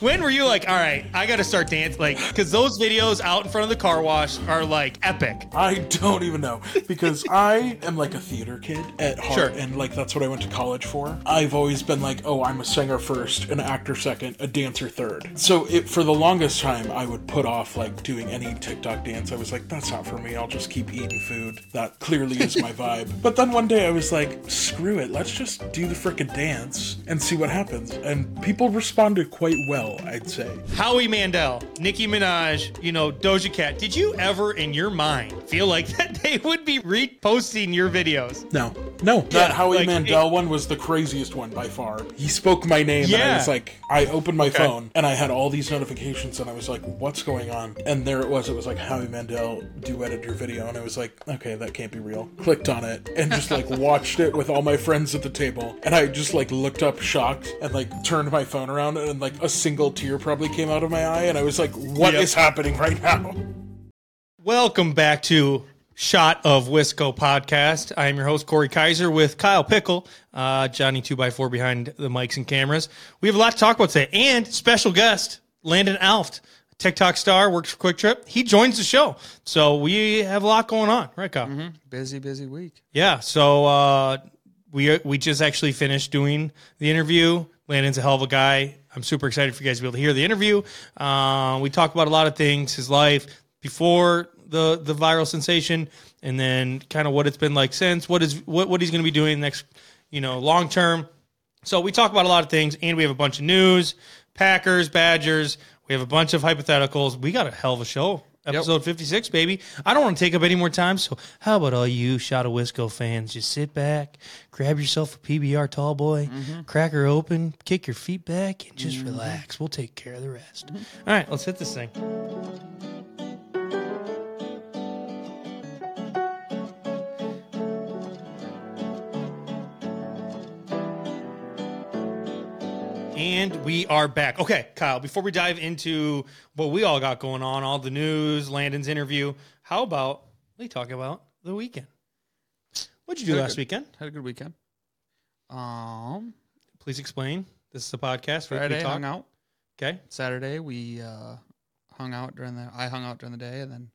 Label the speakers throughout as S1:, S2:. S1: When were you like, all right, I gotta start dancing? Like, because those videos out in front of the car wash are like epic.
S2: I don't even know because I am like a theater kid at heart,
S1: Sure.
S2: and like that's what I went to college for. I've always been like, oh, I'm a singer first, an actor second, a dancer third. So it, for the longest time, I would put off like doing any TikTok dance. I was like, that's not for me. I'll just keep eating food. That clearly is my vibe. But then one day I was like, screw it. Let's just do the frickin' dance and see what happens. And people responded quite well, I'd say.
S1: Howie Mandel, Nicki Minaj, you know, Doja Cat. Did you ever in your mind feel like that they would be reposting your videos?
S2: No, no. That Howie
S1: like,
S2: Mandel one was the craziest one by far. He spoke my name, and I
S1: Yeah.
S2: was like, I opened my phone, and I had all these notifications, and I was like, what's going on? And there it was. It was like Howie Mandel duetted your video, and I was like, okay, that can't be real. Clicked on it, and just like watched it with all my friends at the table, and I just like looked up shocked, and like turned my phone around, and like a single tear probably came out of my eye, and I was like, what is
S1: Yep.
S2: happening right now?
S1: Welcome back to Shot of Wisco podcast. I am your host, Corey Kaiser, with Kyle Pickle, uh, Johnny 2x4 behind the mics and cameras. We have a lot to talk about today, and special guest, Landon Alft, TikTok star, works for Quick Trip. He joins the show. So we have a lot going on, right, Kyle?
S3: Busy, busy week.
S1: Yeah. So uh, we we just actually finished doing the interview. Landon's a hell of a guy. I'm super excited for you guys to be able to hear the interview. Uh, we talk about a lot of things, his life before the the viral sensation, and then kind of what it's been like since. What is what what he's going to be doing next, you know, long term. So we talk about a lot of things, and we have a bunch of news, Packers, Badgers. We have a bunch of hypotheticals. We got a hell of a show. Episode 56, baby. I don't want to take up any more time, so how about all you Shotawisco fans? Just sit back, grab yourself a PBR tall boy, cracker open, kick your feet back, and just relax. We'll take care of the rest. All right, let's hit this thing. And we are back. Okay, Kyle, before we dive into what we all got going on, all the news, Landon's interview, how about we talk about the weekend? What'd you do
S3: Very
S1: last
S3: good.
S1: weekend?
S3: Had a good weekend. Um,
S1: Please explain. This is a podcast. We- we
S3: Friday
S1: talk.
S3: hung out.
S1: Okay.
S3: Saturday we uh, hung out during the. I hung out during the day, and then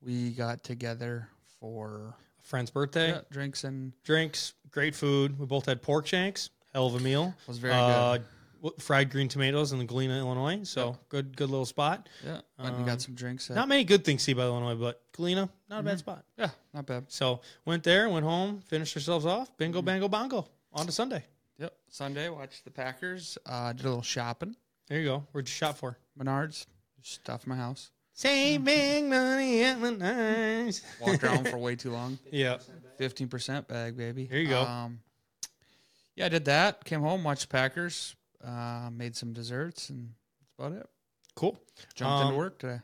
S3: we got together for
S1: Friend's birthday,
S3: yeah, drinks and
S1: drinks, great food. We both had pork shanks. Hell of a meal. Uh,
S3: was very good.
S1: w- Fried green tomatoes in the Galena, Illinois. So good, good little spot.
S3: Yeah, and we
S1: um,
S3: got some drinks. At,
S1: Not many good things to see by Illinois, but Galena, not a bad spot.
S3: Mm-hmm. yeah, not bad.
S1: So went there, went home, finished ourselves off. Bingo, bango, bongo. On to Sunday.
S3: Yep. Sunday watched the Packers. Uh, did a little shopping.
S1: There you go. Where'd you shop for?
S3: Menards. Stuff my house.
S1: Saving money at the nice.
S3: Walked around for way too long.
S1: Yeah.
S3: Fifteen percent bag, baby.
S1: There you go.
S3: Um, yeah, I did that. Came home, watched Packers, uh, made some desserts, and that's about it.
S1: Cool.
S3: Jumped
S1: Um,
S3: into work today.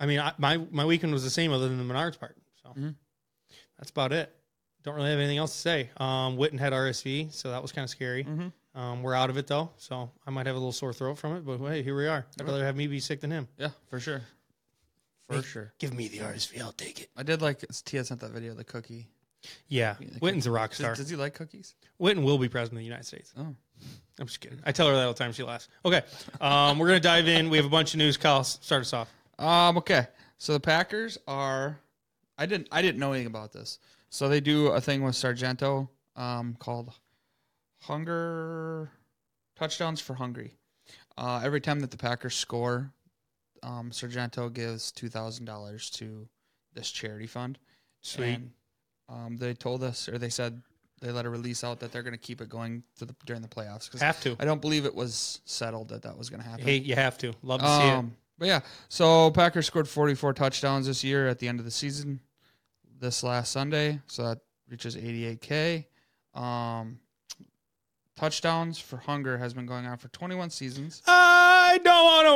S1: I mean, I, my my weekend was the same other than the Menards part. So
S3: Mhm.
S1: that's about it. Don't really have anything else to say. Um, Witten had RSV, so that was kind of scary.
S3: Mhm.
S1: Um, we're out of it though, so I might have a little sore throat from it. But hey, here we are. I'd rather have me be sick than him.
S3: Yeah, for sure. For sure.
S1: Give me the RSV, I'll take it.
S3: I did like Tia sent that video, of the cookie.
S1: Yeah,
S3: Yeah,
S1: Witten's a rock
S3: Does,
S1: star.
S3: does he like cookies?
S1: Witten will be president of the United States.
S3: Oh,
S1: I'm just kidding. I tell her that all the time. She laughs. Okay, um, we're gonna dive in. We have a bunch of news. Kyle, s- start us off.
S3: um, okay. So the Packers are. I didn't. I didn't know anything about this. So they do a thing with Sargento, um, called hunger touchdowns for hungry. Uh, every time that the Packers score, um, Sargento gives two thousand dollars to this charity fund.
S1: Sweet.
S3: And, um, they told us, or they said, they let a release out that they're going to keep it going to the, during the playoffs. 'cause
S1: Have to.
S3: I don't believe it was settled that that was going to happen.
S1: Hey, you have to. Love to see it.
S3: um, but yeah, so Packers scored 44 touchdowns this year at the end of the season this last Sunday, so that reaches 88K. Um, touchdowns for hunger has been going on for 21 seasons.
S1: I don't want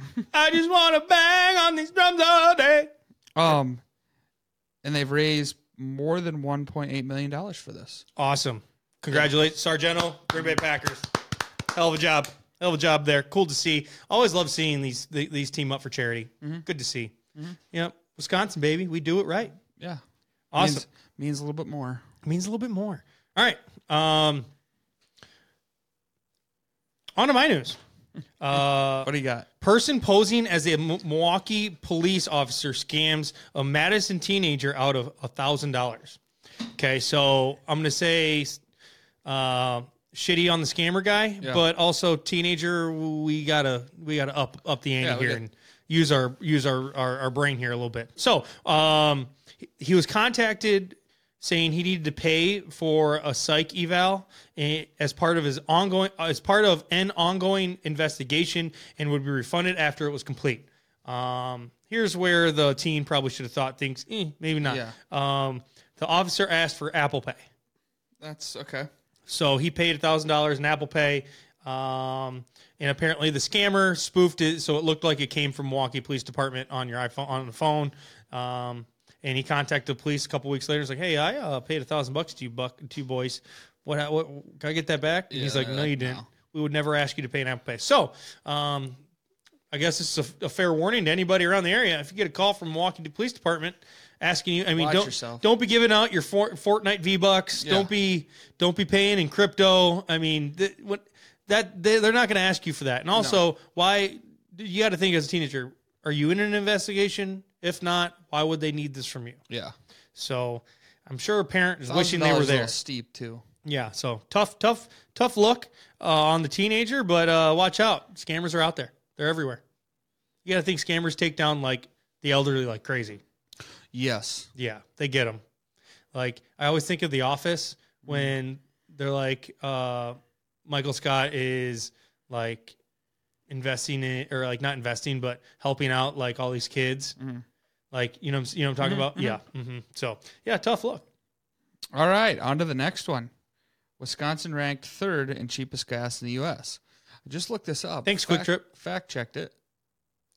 S1: to work. I just want to bang on these drums all day.
S3: Um, and they've raised more than 1.8 million dollars for this.
S1: Awesome. Congratulate Sargento, Green Bay Packers. Hell of a job. Hell of a job there. Cool to see. Always love seeing these th- these team up for charity.
S3: Mm-hmm.
S1: Good to see. Yep. Wisconsin, baby. We do it right.
S3: Yeah,
S1: Awesome.
S3: means, means a little bit more.
S1: means a little bit more. All right. Um, on to my news. Uh,
S3: What do you got?
S1: person posing as a M- Milwaukee police officer scams a Madison teenager out of a thousand dollars. Okay, so I'm gonna say uh, shitty on the scammer guy,
S3: Yeah.
S1: but also teenager. We gotta we gotta up up the ante
S3: Yeah, we
S1: here
S3: get-
S1: and use our use our, our our brain here a little bit. So um, he- he was contacted saying he needed to pay for a psych eval eh, as part of his ongoing as part of an ongoing investigation and would be refunded after it was complete. Um, here's where the teen probably should have thought things eh, maybe not.
S3: Yeah.
S1: Um, the officer asked for Apple Pay.
S3: That's okay.
S1: So he paid thousand dollars in Apple Pay, um, and apparently the scammer spoofed it so it looked like it came from Milwaukee Police Department on your iPhone on the phone. Um, and he contacted the police a couple weeks later. He's like, "Hey, I uh, paid a thousand bucks to you, buck, to you boys. What, what? Can I get that back?" And he's
S3: Yeah,
S1: like,
S3: they're
S1: "No,
S3: like,
S1: you didn't.
S3: no."
S1: We would never ask you to pay an Apple Pay." So, um, I guess this is a, a fair warning to anybody around the area. If you get a call from Milwaukee Police Department asking you, I mean,
S3: Watch
S1: don't
S3: yourself.
S1: don't be giving out your Fort, Fortnite V bucks.
S3: Yeah.
S1: Don't be don't be paying in crypto. I mean, th- what that they, they're not going to ask you for that. And also, why you got to think as a teenager, are you in an investigation? If not, why would they need this from you?
S3: Yeah.
S1: So, I'm sure a parent is wishing they were
S3: $1,000 is a little
S1: there.
S3: Steep too.
S1: Yeah. So tough, tough, tough look uh, on the teenager, but uh, watch out. Scammers are out there. They're everywhere. You got to think scammers take down like the elderly like crazy.
S3: Yes.
S1: Yeah, they get them. Like I always think of The Office when they're like uh, Michael Scott is like investing in or like not investing but helping out like all these kids.
S3: Mhm.
S1: Like you know what I'm- you know what I'm talking
S3: Mhm,
S1: about. Yeah. hmm So yeah, tough look.
S3: All right, on to the next one. Wisconsin ranked third in cheapest gas in the U.S. I just looked this up.
S1: Thanks, Quick
S3: Fact-
S1: Trip.
S3: Fact checked it.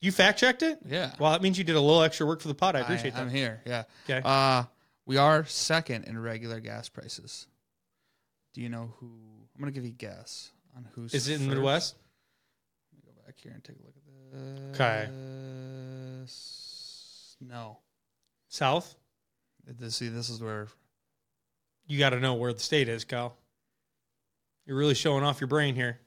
S1: You fact checked it.
S3: Yeah.
S1: Well, that means you did a little extra work for the pod. I appreciate
S3: I'm
S1: that.
S3: here. Yeah.
S1: Okay.
S3: Uh, we are second in regular gas prices. Do you know who? I'm going to give you a guess on who's.
S1: Is it in
S3: first.
S1: the Midwest?
S3: Let me go back here and take a look at this.
S1: 'Kay.
S3: No.
S1: South?
S3: This, see, this is where.
S1: You got to know where the state is, Kyle. You're really showing off your brain here.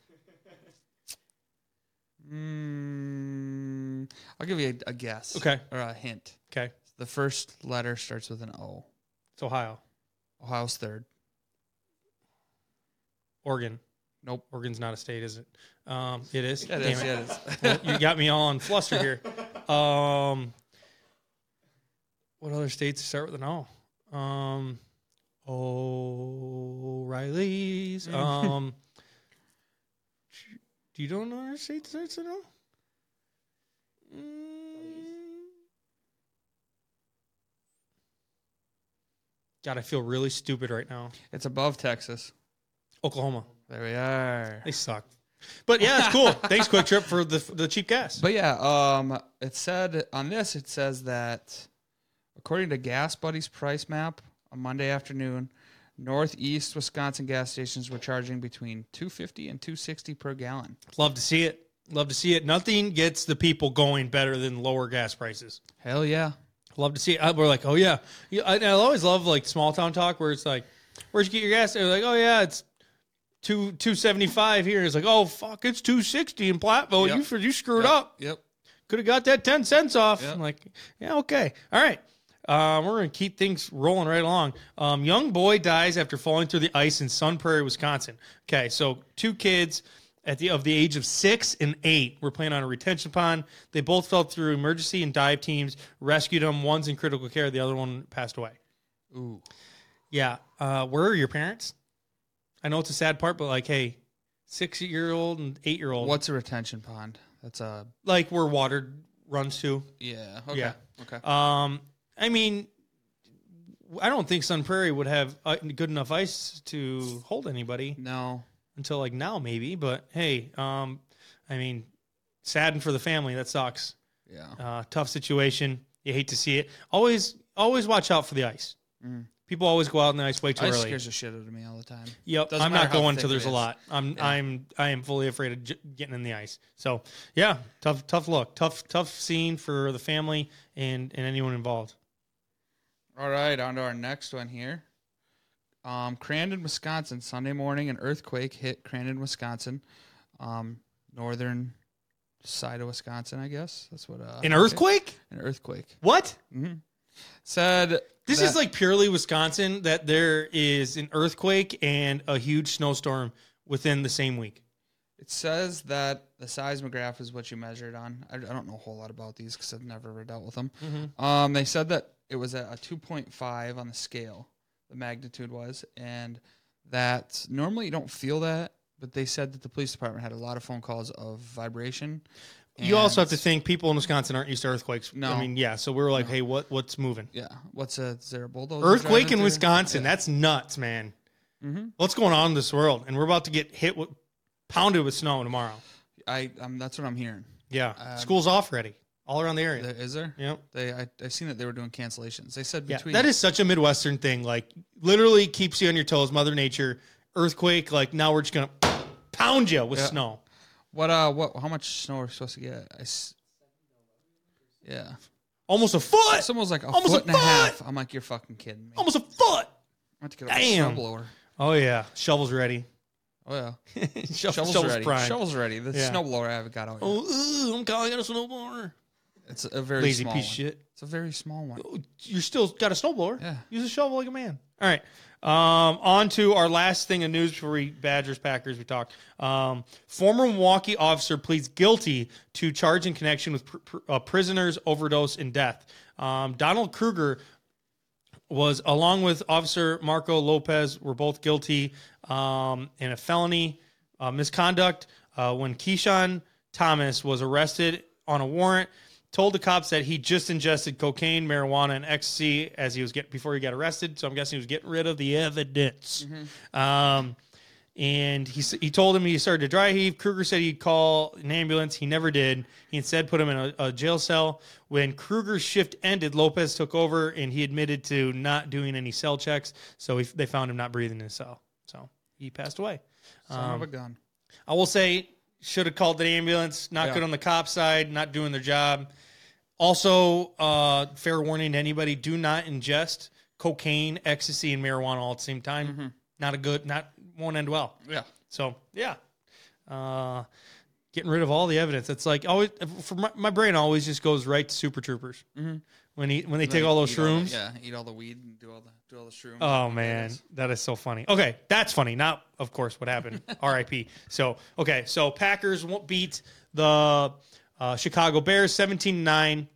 S3: Mm, I'll give you a, a guess.
S1: Okay.
S3: Or a hint.
S1: Okay.
S3: The first letter starts with an O.
S1: It's Ohio,
S3: Ohio's third.
S1: Oregon.
S3: Nope.
S1: Oregon's not a state, is it? Um, it is.
S3: That
S1: Damn
S3: is,
S1: it.
S3: that is.
S1: you got me all on fluster here. Um, what other states start with an O? Um, O'Reilly's. Um, do you don't know another state that starts with an O? Mm. God, I feel really stupid right now.
S3: it's above Texas.
S1: Oklahoma,
S3: There we are.
S1: they suck. But yeah, it's cool. Thanks, Quick Trip, for the the cheap gas.
S3: But yeah, um, it said on this, it says that according to Gas Buddy's price map on Monday afternoon, Northeast Wisconsin gas stations were charging between 250 and 260 per gallon.
S1: Love to see it. Love to see it. Nothing gets the people going better than lower gas prices.
S3: Hell yeah.
S1: Love to see it. Uh, We're like, oh yeah. yeah I, I always love like small town talk where it's like, where'd you get your gas? They're like, oh yeah, it's two two seventy five here. It's like, oh fuck, it's two sixty in Platteville.
S3: Yep.
S1: You You you screwed up.
S3: Yep.
S1: Could have got that ten cents off.
S3: Yep.
S1: I'm like, yeah, okay, all right. Um, we're gonna keep things rolling right along. Um, young boy dies after falling through the ice in Sun Prairie, Wisconsin. Okay, so two kids at the of the age of six and eight were playing on a retention pond. They both fell through emergency and dive teams rescued them. One's in critical care. The other one passed away.
S3: Ooh.
S1: Yeah. Uh, where are your parents? I know it's a sad part, but like, hey, six year old and eight year old,
S3: What's a retention pond? That's a.
S1: like where water runs to.
S3: Yeah. Okay.
S1: Yeah.
S3: Okay.
S1: Um, I mean, I don't think Sun Prairie would have uh, good enough ice to hold anybody
S3: no.
S1: until like now, maybe. But hey, um, I mean, saddened for the family. That sucks.
S3: Yeah.
S1: Uh, tough situation. You hate to see it. Always, always watch out for the ice.
S3: Mm.
S1: People always go out in the ice way too
S3: Ice
S1: early.
S3: scares the shit out of me all the time.
S1: Yep,
S3: Doesn't
S1: I'm
S3: matter
S1: not
S3: how
S1: going
S3: thick
S1: till
S3: it
S1: there's a
S3: is.
S1: lot. I'm
S3: Yeah.
S1: I'm I am fully afraid of j- getting in the ice. So yeah, tough tough look, tough tough scene for the family and and anyone involved.
S3: All right, on to our next one here. Um, Crandon, Wisconsin. Sunday morning, an earthquake hit Crandon, Wisconsin. Um, northern side of Wisconsin, I guess. That's what uh,
S1: An earthquake?
S3: An earthquake. Mm-hmm.
S1: What?
S3: Said
S1: This
S3: is
S1: is like purely Wisconsin that there is an earthquake and a huge snowstorm within the same week.
S3: It says that the seismograph is what you measured on. I, I don't know a whole lot about these because I've never ever dealt with them. Um, they said that it was at a 2.5 on the scale, the magnitude was, and that normally you don't feel that, but they said that the police department had a lot of phone calls of vibration.
S1: You also have
S3: and-
S1: to think people in Wisconsin aren't used to earthquakes.
S3: No.
S1: I mean, yeah. So we were like, hey, what what's moving?
S3: Yeah. What's a, is there a bulldozer?
S1: Earthquake
S3: driving
S1: in
S3: through?
S1: Wisconsin.
S3: Yeah.
S1: That's nuts, man.
S3: Mhm.
S1: What's going on in this world? And we're about to get hit with pounded with snow tomorrow.
S3: I, um, that's what I'm hearing.
S1: Yeah.
S3: Um,
S1: School's off already. All around the area.
S3: There- Is there?
S1: Yep.
S3: They, I, I've seen that they were doing cancellations. They said
S1: Yeah,
S3: between.
S1: that is such a Midwestern thing. Like, literally keeps you on your toes. Mother Nature, earthquake. Like, now we're just gonna pound you with
S3: Yeah.
S1: snow.
S3: What uh what how much snow are we supposed to get? I s- yeah.
S1: Almost a foot.
S3: Someone was like a
S1: Almost
S3: foot
S1: a
S3: and a
S1: foot!
S3: half. I'm like, you're fucking kidding me. I'm
S1: Almost a foot.
S3: about to get a
S1: Damn.
S3: snowblower.
S1: Oh yeah, shovels ready.
S3: Oh yeah.
S1: Shovel-
S3: Shovels, ready.
S1: prime.
S3: Shovels ready. The
S1: Yeah.
S3: snowblower I haven't got out yet.
S1: Oh, ooh, I'm calling it a snowblower.
S3: It's a very
S1: Lazy
S3: small
S1: piece of
S3: one.
S1: shit.
S3: It's a very small one.
S1: You're still got a snowblower.
S3: Yeah.
S1: Use a shovel like a man. All right. Um, on to our last thing of news before we Badgers Packers we talk. Um, former Milwaukee officer pleads guilty to charge in connection with pr- pr- uh, prisoners overdose and death. Um, Donald Kruger was along with Officer Marco Lopez were both guilty um, in a felony uh, misconduct uh, when Keyshawn Thomas was arrested on a warrant. Told the cops that he just ingested cocaine, marijuana, and ecstasy as he was get before he got arrested. So I'm guessing he was getting rid of the evidence. Um, and he s- he told him he started to dry heave. Kruger said he'd call an ambulance. He never did. He instead put him in a, a jail cell. When Kruger's shift ended, Lopez took over, and he admitted to not doing any cell checks. So he, they found him not breathing in his cell. So he passed away.
S3: Son of a gun.
S1: I will say, should have called the ambulance. Not
S3: Yeah.
S1: good on the cop side. Not doing their job. Also, uh, fair warning to anybody: do not ingest cocaine, ecstasy, and marijuana all at the same time. Not a good. Not won't end well.
S3: Yeah.
S1: So yeah, uh, getting rid of all the evidence. It's like always for my, my brain always just goes right to Super Troopers when he Mm-hmm. when they take all those
S3: Eat the-
S1: shrooms.
S3: yeah, eat all the weed and do all the do all the shrooms.
S1: Oh man, that is so funny. Okay, that's funny. Not of course what happened. R.I.P. So okay, so Packers won't beat the uh, Chicago Bears 17-9.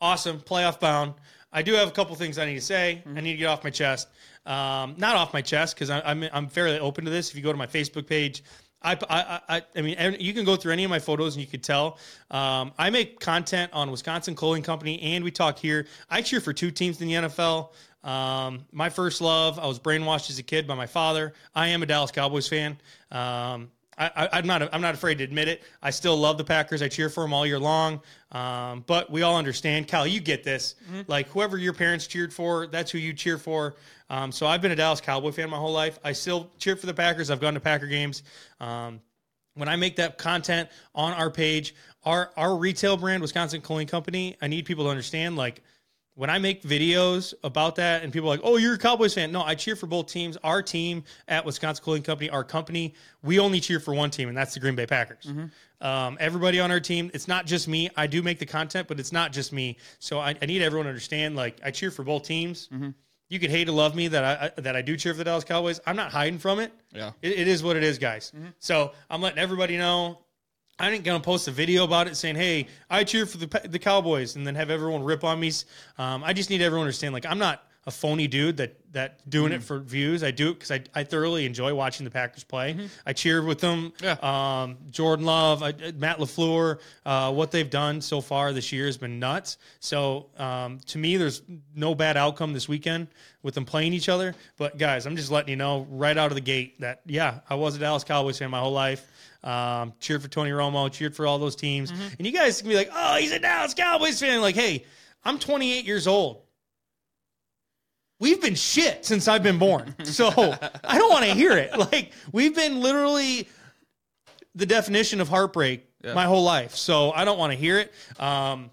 S1: Awesome playoff bound. I do have a couple things I need to say. I need to get off my chest. Um, not off my chest because I'm I'm fairly open to this. If you go to my Facebook page. I, I, I, I mean, and you can go through any of my photos and you could tell. Um, I make content on Wisconsin Clothing Company and we talk here. I cheer for two teams in the NFL. Um, my first love, I was brainwashed as a kid by my father. I am a Dallas Cowboys fan. Um, I, I, I'm not. I'm not afraid to admit it. I still love the Packers. I cheer for them all year long. Um, but we all understand, Kyle. You get this. Like whoever your parents cheered for, that's who you cheer for. Um, so I've been a Dallas Cowboy fan my whole life. I still cheer for the Packers. I've gone to Packer games. Um, when I make that content on our page, our our retail brand, Wisconsin Clothing Company, I need people to understand. Like when I make videos about that, and people are like, "Oh, you're a Cowboys fan." No, I cheer for both teams. Our team at Wisconsin Clothing Company, our company, we only cheer for one team, and that's the Green Bay Packers. Um, everybody on our team, it's not just me. I do make the content, but it's not just me. So I, I need everyone to understand. Like I cheer for both teams. You could hate or love me that I, I that I do cheer for the Dallas Cowboys. I'm not hiding from it.
S3: Yeah.
S1: It, it is what it is, guys. So I'm letting everybody know. I ain't gonna post a video about it saying, "Hey, I cheer for the Pa- the Cowboys," and then have everyone rip on me. Um, I just need everyone to understand, like, I'm not a phony dude that that doing it for views. I do it because I, I thoroughly enjoy watching the Packers play. I cheer with them.
S3: Yeah.
S1: Um, Jordan Love, I, I- Matt Lafleur, uh, what they've done so far this year has been nuts. So um, to me, there's no bad outcome this weekend with them playing each other. But guys, I'm just letting you know right out of the gate that yeah, I was a Dallas Cowboys fan my whole life. Um, cheered for Tony Romo, cheered for all those teams. And you guys can be like, oh, he's a Dallas Cowboys fan. Like, hey, I'm 28 years old. We've been shit since I've been born. So I don't want to hear it. Like, we've been literally the definition of heartbreak
S3: Yeah.
S1: my whole life. So I don't want to hear it. Um,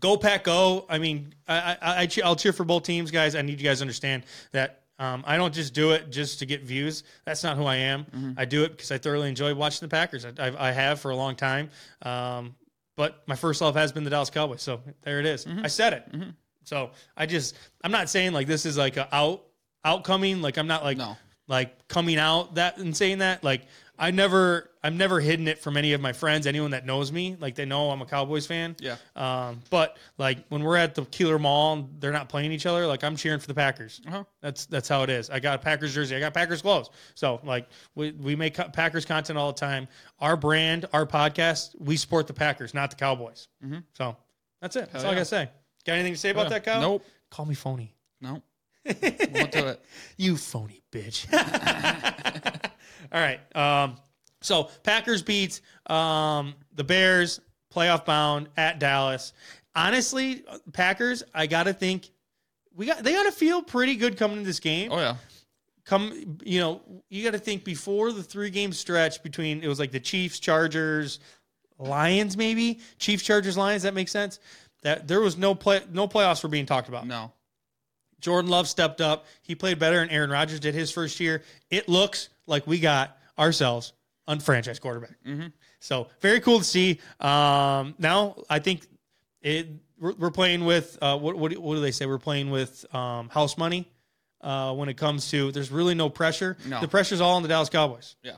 S1: go pack go. I mean, I, I, I che- I'll cheer for both teams, guys. I need you guys to understand that Um, I don't just do it just to get views. That's not who I am. I do it because I thoroughly enjoy watching the Packers. I, I, I have for a long time. Um, but my first love has been the Dallas Cowboys. So there it is. I said it. So I just, I'm not saying like this is like a out outcoming. Like I'm not like
S3: No.
S1: like coming out that and saying that. Like I never, I've never hidden it from any of my friends. Anyone that knows me, like they know I'm a Cowboys fan.
S3: Yeah.
S1: Um, but like when we're at the Keeler Mall, and they're not playing each other. Like I'm cheering for the Packers.
S3: Uh-huh.
S1: That's that's how it is. I got a Packers jersey. I got Packers clothes. So like we we make co- Packers content all the time. Our brand, our podcast, we support the Packers, not the Cowboys. So that's it. That's all I
S3: Mm-hmm. yeah.
S1: gotta say. Got anything to say about that, Kyle?
S3: Nope.
S1: Call me phony.
S3: No. Won't do it.
S1: You phony bitch. All right. Um, so Packers beat um, the Bears, playoff bound at Dallas. Honestly, Packers, I gotta think we got they gotta feel pretty good coming into this game.
S3: Oh yeah.
S1: Come, you know, you gotta think before the three game stretch between it was like the Chiefs, Chargers, Lions, maybe Chiefs, Chargers, Lions. That makes sense. That there was no play, no playoffs were being talked about.
S3: No.
S1: Jordan Love stepped up. He played better, and Aaron Rodgers did his first year. It looks like we got ourselves unfranchised quarterback. So very cool to see. Um, now I think it we're, we're playing with uh, what, what what do they say? We're playing with um, house money uh, when it comes to. There's really no pressure.
S3: No.
S1: The pressure's all on the Dallas Cowboys.
S3: Yeah.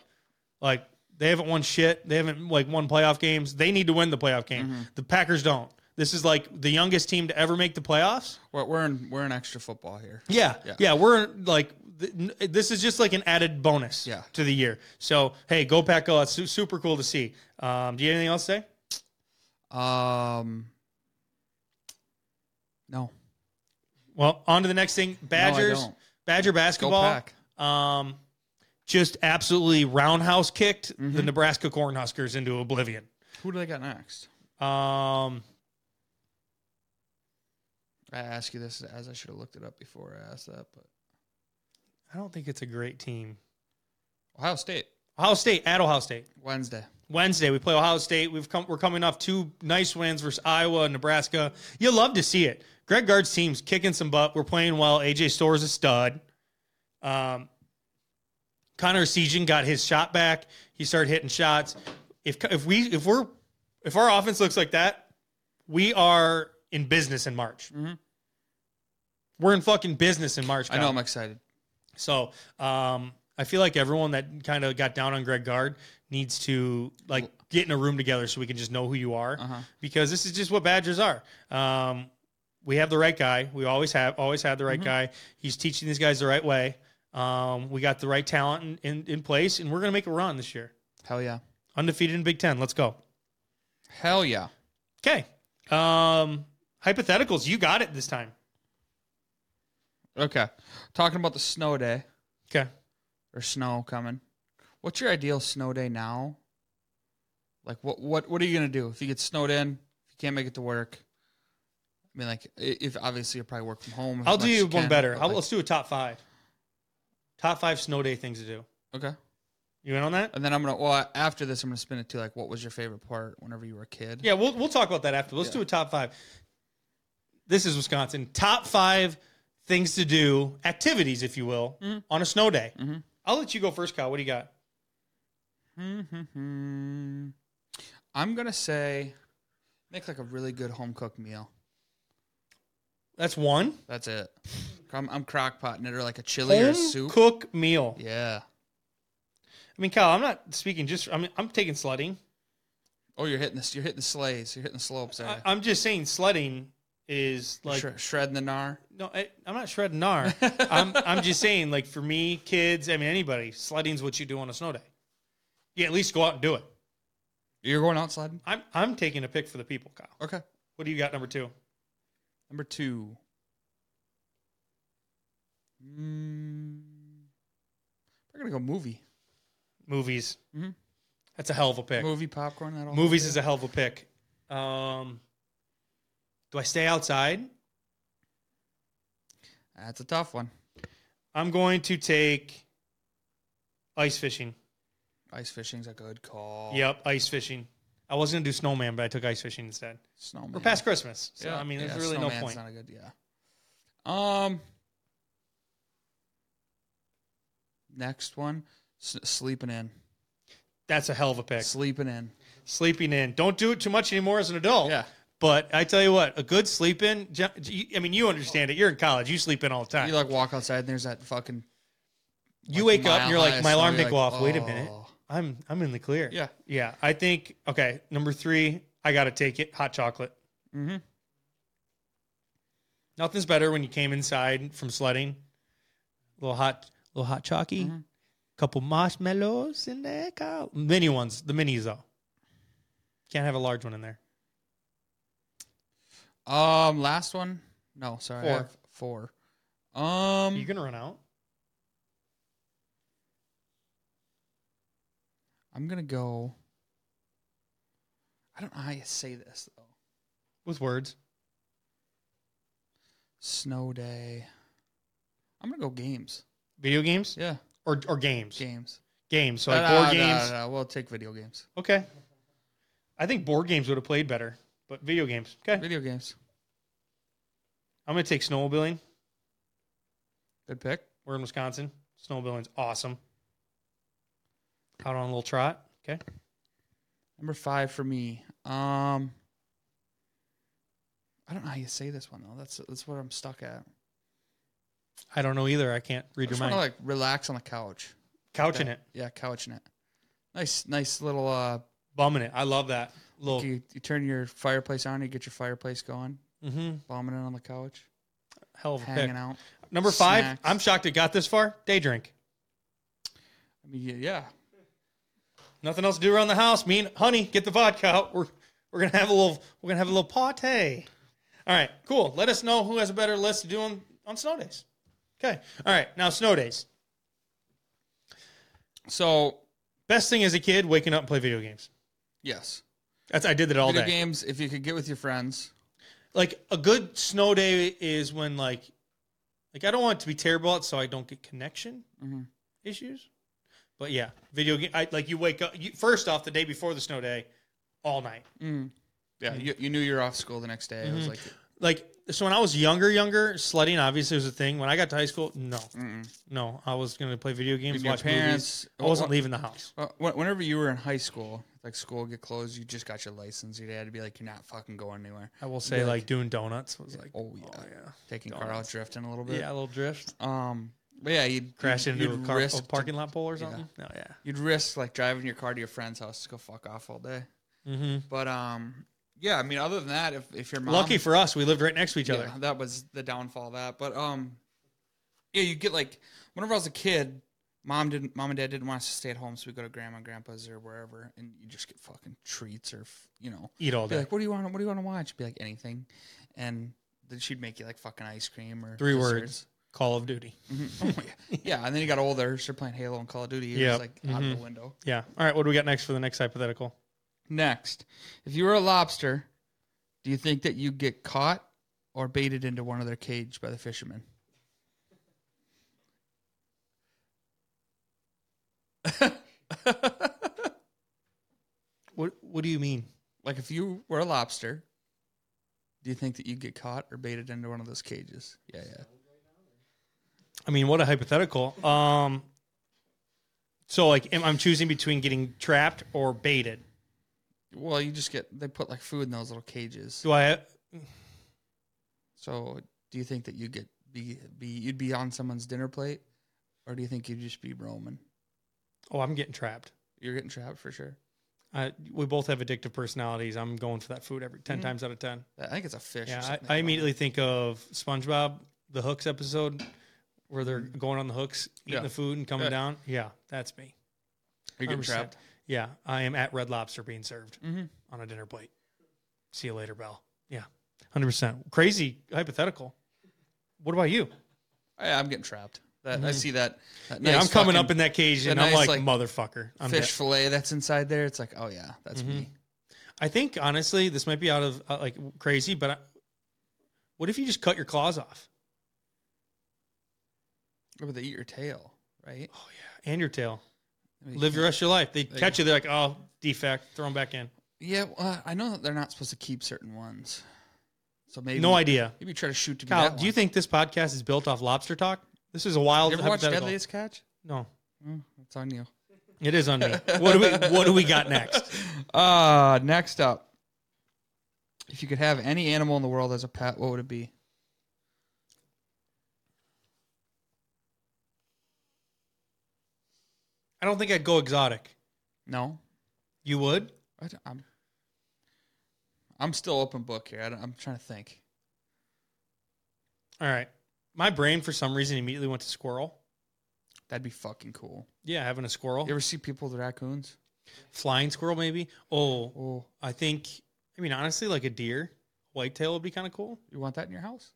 S1: Like they haven't won shit. They haven't like won playoff games. They need to win the playoff game. The Packers don't. This is like the youngest team to ever make the playoffs.
S3: We're we're in we're in extra football here.
S1: Yeah, yeah,
S3: Yeah.
S1: we're like th- n- this is just like an added bonus
S3: Yeah.
S1: to the year. So hey, go pack go! It's su- super cool to see. Um, do you have anything else to say?
S3: Um. No.
S1: Well, on to the next thing. Badgers,
S3: don't.
S1: Badger basketball.
S3: Pack.
S1: Um, just absolutely roundhouse kicked
S3: Mm-hmm.
S1: the Nebraska Cornhuskers into oblivion.
S3: Who do they got next?
S1: Um,
S3: I ask you this as I should have looked it up before I asked that, but
S1: I don't think it's a great team.
S3: Ohio State
S1: Ohio State at Ohio State.
S3: Wednesday.
S1: Wednesday we play Ohio State. We've come we're coming off two nice wins versus Iowa and Nebraska. You love to see it. Greg Gard's team's kicking some butt. We're playing well. AJ Store's a stud. Um, Connor Sejan got his shot back. He started hitting shots. If if we if we're if our offense looks like that, we are in business in March. We're in fucking business in March.
S3: Mm-hmm. I know
S1: Kyle.
S3: I'm excited.
S1: So um, I feel like everyone that kind of got down on Greg Gard needs to like get in a room together so we can just know who you are
S3: Uh-huh.
S1: because this is just what Badgers are. Um, we have the right guy. We always have always had the right
S3: Mm-hmm.
S1: guy. He's teaching these guys the right way. Um, we got the right talent in, in, in place, and we're gonna make a run this year.
S3: Hell yeah.
S1: Undefeated in Big Ten. Let's go.
S3: Hell yeah.
S1: Okay. Um, hypotheticals. You got it this time.
S3: Okay. Talking about the snow day
S1: Okay.
S3: or snow coming. What's your ideal snow day now? Like what what what are you gonna do if you get snowed in? If you can't make it to work? I mean, like i- if obviously you probably work from home. as
S1: I'll
S3: much
S1: do
S3: as
S1: you
S3: you
S1: one
S3: can,
S1: better.
S3: but
S1: I'll,
S3: like-
S1: let's do a top five. Top five snow day things to do.
S3: okay.
S1: You in on that?
S3: And then I'm gonna well after this I'm gonna spin it to like what was your favorite part whenever you were a kid?
S1: Yeah, we'll we'll talk about that after. Let's
S3: Yeah.
S1: do a top five. This is Wisconsin. Top five things to do, activities, if you will,
S3: Mm-hmm.
S1: on a snow day. I'll let you go first, Kyle. What do you got?
S3: Hmm. I'm gonna say make like a really good home cooked meal.
S1: That's one.
S3: That's it. I'm, I'm crock potting it or like a chili or a
S1: Home
S3: soup.
S1: cook meal.
S3: Yeah.
S1: I mean, Kyle, I'm not speaking just. I mean, I'm taking sledding.
S3: Oh, you're hitting this. You're hitting the sleighs. You're hitting the slopes. There.
S1: I, am just saying sledding is like
S3: Shred- shredding the gnar.
S1: no. I, I'm not shredding gnar. I'm I'm just saying like for me, kids. I mean, anybody. Sledding's what you do on a snow day. You at least go out and do it.
S3: You're going out sledding.
S1: I'm I'm taking a pick for the people, Kyle.
S3: Okay.
S1: What do you got number two?
S3: Number two. Mm, we're gonna go movie.
S1: Movies.
S3: Mhm.
S1: That's a hell of a pick.
S3: Movie popcorn. That all.
S1: Movies is a hell of a pick. Um, do I stay outside?
S3: That's a tough one.
S1: I'm going to take ice fishing.
S3: Ice fishing's a good call.
S1: Yep, ice fishing. I was going to do snowman, but I took ice fishing instead.
S3: Snowman.
S1: We're past Christmas, so
S3: Mm-hmm. Yeah,
S1: I mean,
S3: yeah,
S1: there's really no
S3: snowman's
S1: point.
S3: Not a good, yeah. Um, next one, S- sleeping in,
S1: That's a hell of a pick.
S3: sleeping in.
S1: Sleeping in. Don't do it too much anymore as an adult.
S3: Yeah.
S1: But I tell you what, a good sleep in. Je- I mean, you understand it. You're in college. You sleep in all the time.
S3: You
S1: You,
S3: like walk outside and there's that fucking.
S1: wake up and you're like,
S3: mile
S1: my
S3: high
S1: alarm
S3: snow,
S1: didn't go
S3: you're
S1: off.
S3: like,
S1: Wait a minute.
S3: "Oh."
S1: I'm I'm in the clear.
S3: Yeah.
S1: Yeah. I think okay. Number three, I gotta take it. Hot chocolate.
S3: Mhm.
S1: Nothing's better when you came inside from sledding. little hot, little hot chalky.
S3: Mm-hmm.
S1: Couple marshmallows in there. Kyle. Mini ones. The minis though. Can't have a large one in there.
S3: Um, last one. No, sorry, I have four. Um,
S1: You're gonna run out.
S3: I'm gonna go. I don't know how you say this though.
S1: With words.
S3: Snow day. I'm gonna go games.
S1: Video games?
S3: Yeah,
S1: Or or games.
S3: games.
S1: Games. So like
S3: No, no,
S1: board
S3: no,
S1: games.
S3: no, we'll take video games.
S1: Okay. I think board games would have played better, but video games. Okay.
S3: Video games.
S1: I'm gonna take snowmobiling.
S3: Good pick.
S1: We're in Wisconsin. Snowmobilling's awesome. Out on a little trot. Okay.
S3: Number five for me. Um, I don't know how you say this one though. That's that's what I'm stuck at.
S1: I don't know either. I can't
S3: I
S1: read your
S3: just want to
S1: mind.
S3: like relax on the couch.
S1: Couching it,
S3: Yeah, couching it. Nice, nice little. uh
S1: bumming it. I love that. Little.
S3: You, you turn your fireplace on. You get your fireplace going.
S1: Mm-hmm.
S3: Bombing it on the couch,
S1: Hell of a
S3: hanging
S1: pick.
S3: out.
S1: Number five.
S3: Snacks.
S1: I'm shocked it got this far. Day drink.
S3: I mean, yeah, yeah.
S1: Nothing else to do around the house. Me and honey, get the vodka out. We're we're gonna have a little. We're gonna have a little party. All right. Cool. Let us know who has a better list to do on on snow days. Okay. All right. Now snow days.
S3: So
S1: Best thing as a kid, waking up and play video games.
S3: yes,
S1: That's I did that all
S3: video
S1: day.
S3: games. If you could get with your friends,
S1: like a good snow day is when like like I don't want it to be terrible out so I don't get connection
S3: Mhm.
S1: issues. But yeah, video game. I, like you wake up you, first off the day before the snow day, all night.
S3: yeah,
S1: Mm-hmm.
S3: you, you knew you're off school the next day. It was like,
S1: Like so when I was younger, younger sledding obviously was a thing. When I got to high school, no, no, I was gonna play video games,
S3: Your
S1: watch
S3: parents-
S1: movies. I wasn't
S3: Oh,
S1: leaving the house.
S3: uh, wh- whenever you were in high school, like school would get closed, you just got your license. Your dad would be like, "You're not fucking going anywhere."
S1: I will say
S3: like-
S1: like, doing donuts was like
S3: Oh yeah,
S1: yeah.
S3: taking car out drifting a little bit.
S1: yeah, a little drift,
S3: Um, but yeah, you'd
S1: crash
S3: you'd-
S1: into a
S3: you'd
S1: car, a
S3: risk
S1: parking
S3: to-
S1: lot pole or something. No, yeah.
S3: You'd risk like driving your car to your friend's house to go fuck off all day.
S1: Mhm.
S3: But um, yeah, I mean, other than that, if if your mom
S1: Lucky for us, we lived right next to each other.
S3: Yeah, that was the downfall of that. But um yeah, you get like whenever I was a kid, mom didn't mom and dad didn't want us to stay at home, so we go to grandma and grandpa's or wherever and you just get fucking treats or f- you know.
S1: Eat all
S3: Be
S1: day.
S3: like, what do you want what do you want to watch? Be like anything. And then she'd make you like fucking ice cream or
S1: Three
S3: desserts.
S1: Call of Duty.
S3: Oh, yeah. yeah, and then you got older, started playing Halo and Call of Duty. It
S1: Yeah.
S3: was like out of
S1: Mm-hmm.
S3: the window.
S1: Yeah. All right. What do we got next for the next hypothetical?
S3: Next. If you were a lobster, do you think that you'd get caught or baited into one of their cage by the fishermen?
S1: What What do you mean?
S3: Like if you were a lobster, do you think that you'd get caught or baited into one of those cages? Yeah, yeah.
S1: I mean, what a hypothetical. Um. So like, am- I'm choosing between getting trapped or baited.
S3: Well, you just get they put like food in those little cages.
S1: Do I?
S3: So, do you think that you get be be you'd be on someone's dinner plate or do you think you'd just be roaming?
S1: Oh, I'm getting trapped.
S3: You're getting trapped for sure.
S1: I, we both have addictive personalities. I'm going for that food every 10
S3: Mm-hmm.
S1: times out of ten.
S3: I think it's a fish. or
S1: Yeah,
S3: something.
S1: I, I immediately think of SpongeBob, the hooks episode, where they're going on the hooks, eating
S3: Mm-hmm. Yeah.
S1: the food and coming
S3: Yeah.
S1: down. Yeah, that's me.
S3: You're getting
S1: 100%.
S3: trapped.
S1: Yeah, I am at Red Lobster being served
S3: Mm-hmm.
S1: on a dinner plate. See you later, Bell. Yeah, hundred percent. Crazy hypothetical. What about you?
S3: I, I'm getting trapped. That I see that. that
S1: Mm-hmm. yeah,
S3: nice
S1: I'm coming
S3: fucking
S1: up in that cage and
S3: a
S1: I'm like,
S3: nice, like,
S1: motherfucker. I'm
S3: fish
S1: dead. Mm-hmm.
S3: fillet that's inside there. It's like, oh yeah, that's me.
S1: I think honestly, this might be out of uh, like crazy, but I, what if you just cut your claws off
S3: Or they eat your tail, right?
S1: and your tail?
S3: I mean,
S1: Live the rest of your life. They catch you. They're like, oh, defect. Throw them back in.
S3: Yeah, well, I know that they're not supposed to keep certain ones. So maybe
S1: No idea.
S3: Maybe try to shoot to be
S1: Kyle,
S3: that
S1: do you
S3: one.
S1: think this podcast is built off lobster talk? This is a wild
S3: You ever watch
S1: hypothetical.
S3: Deadliest Catch?
S1: no,
S3: It's on you.
S1: It is on me. What do we What do we got next?
S3: Uh, next up, if you could have any animal in the world as a pet, what would it be?
S1: I don't think I'd go exotic.
S3: No,
S1: You would?
S3: I am I'm still open book here. I don't, I'm trying to think.
S1: All right. My brain, for some reason, immediately went to squirrel.
S3: That'd be fucking cool.
S1: Yeah, having a squirrel,
S3: You ever see people with raccoons?
S1: flying squirrel, maybe. Oh,
S3: Oh,
S1: I think. I mean, honestly, like a deer, whitetail would be kind of cool.
S3: you want that in your house?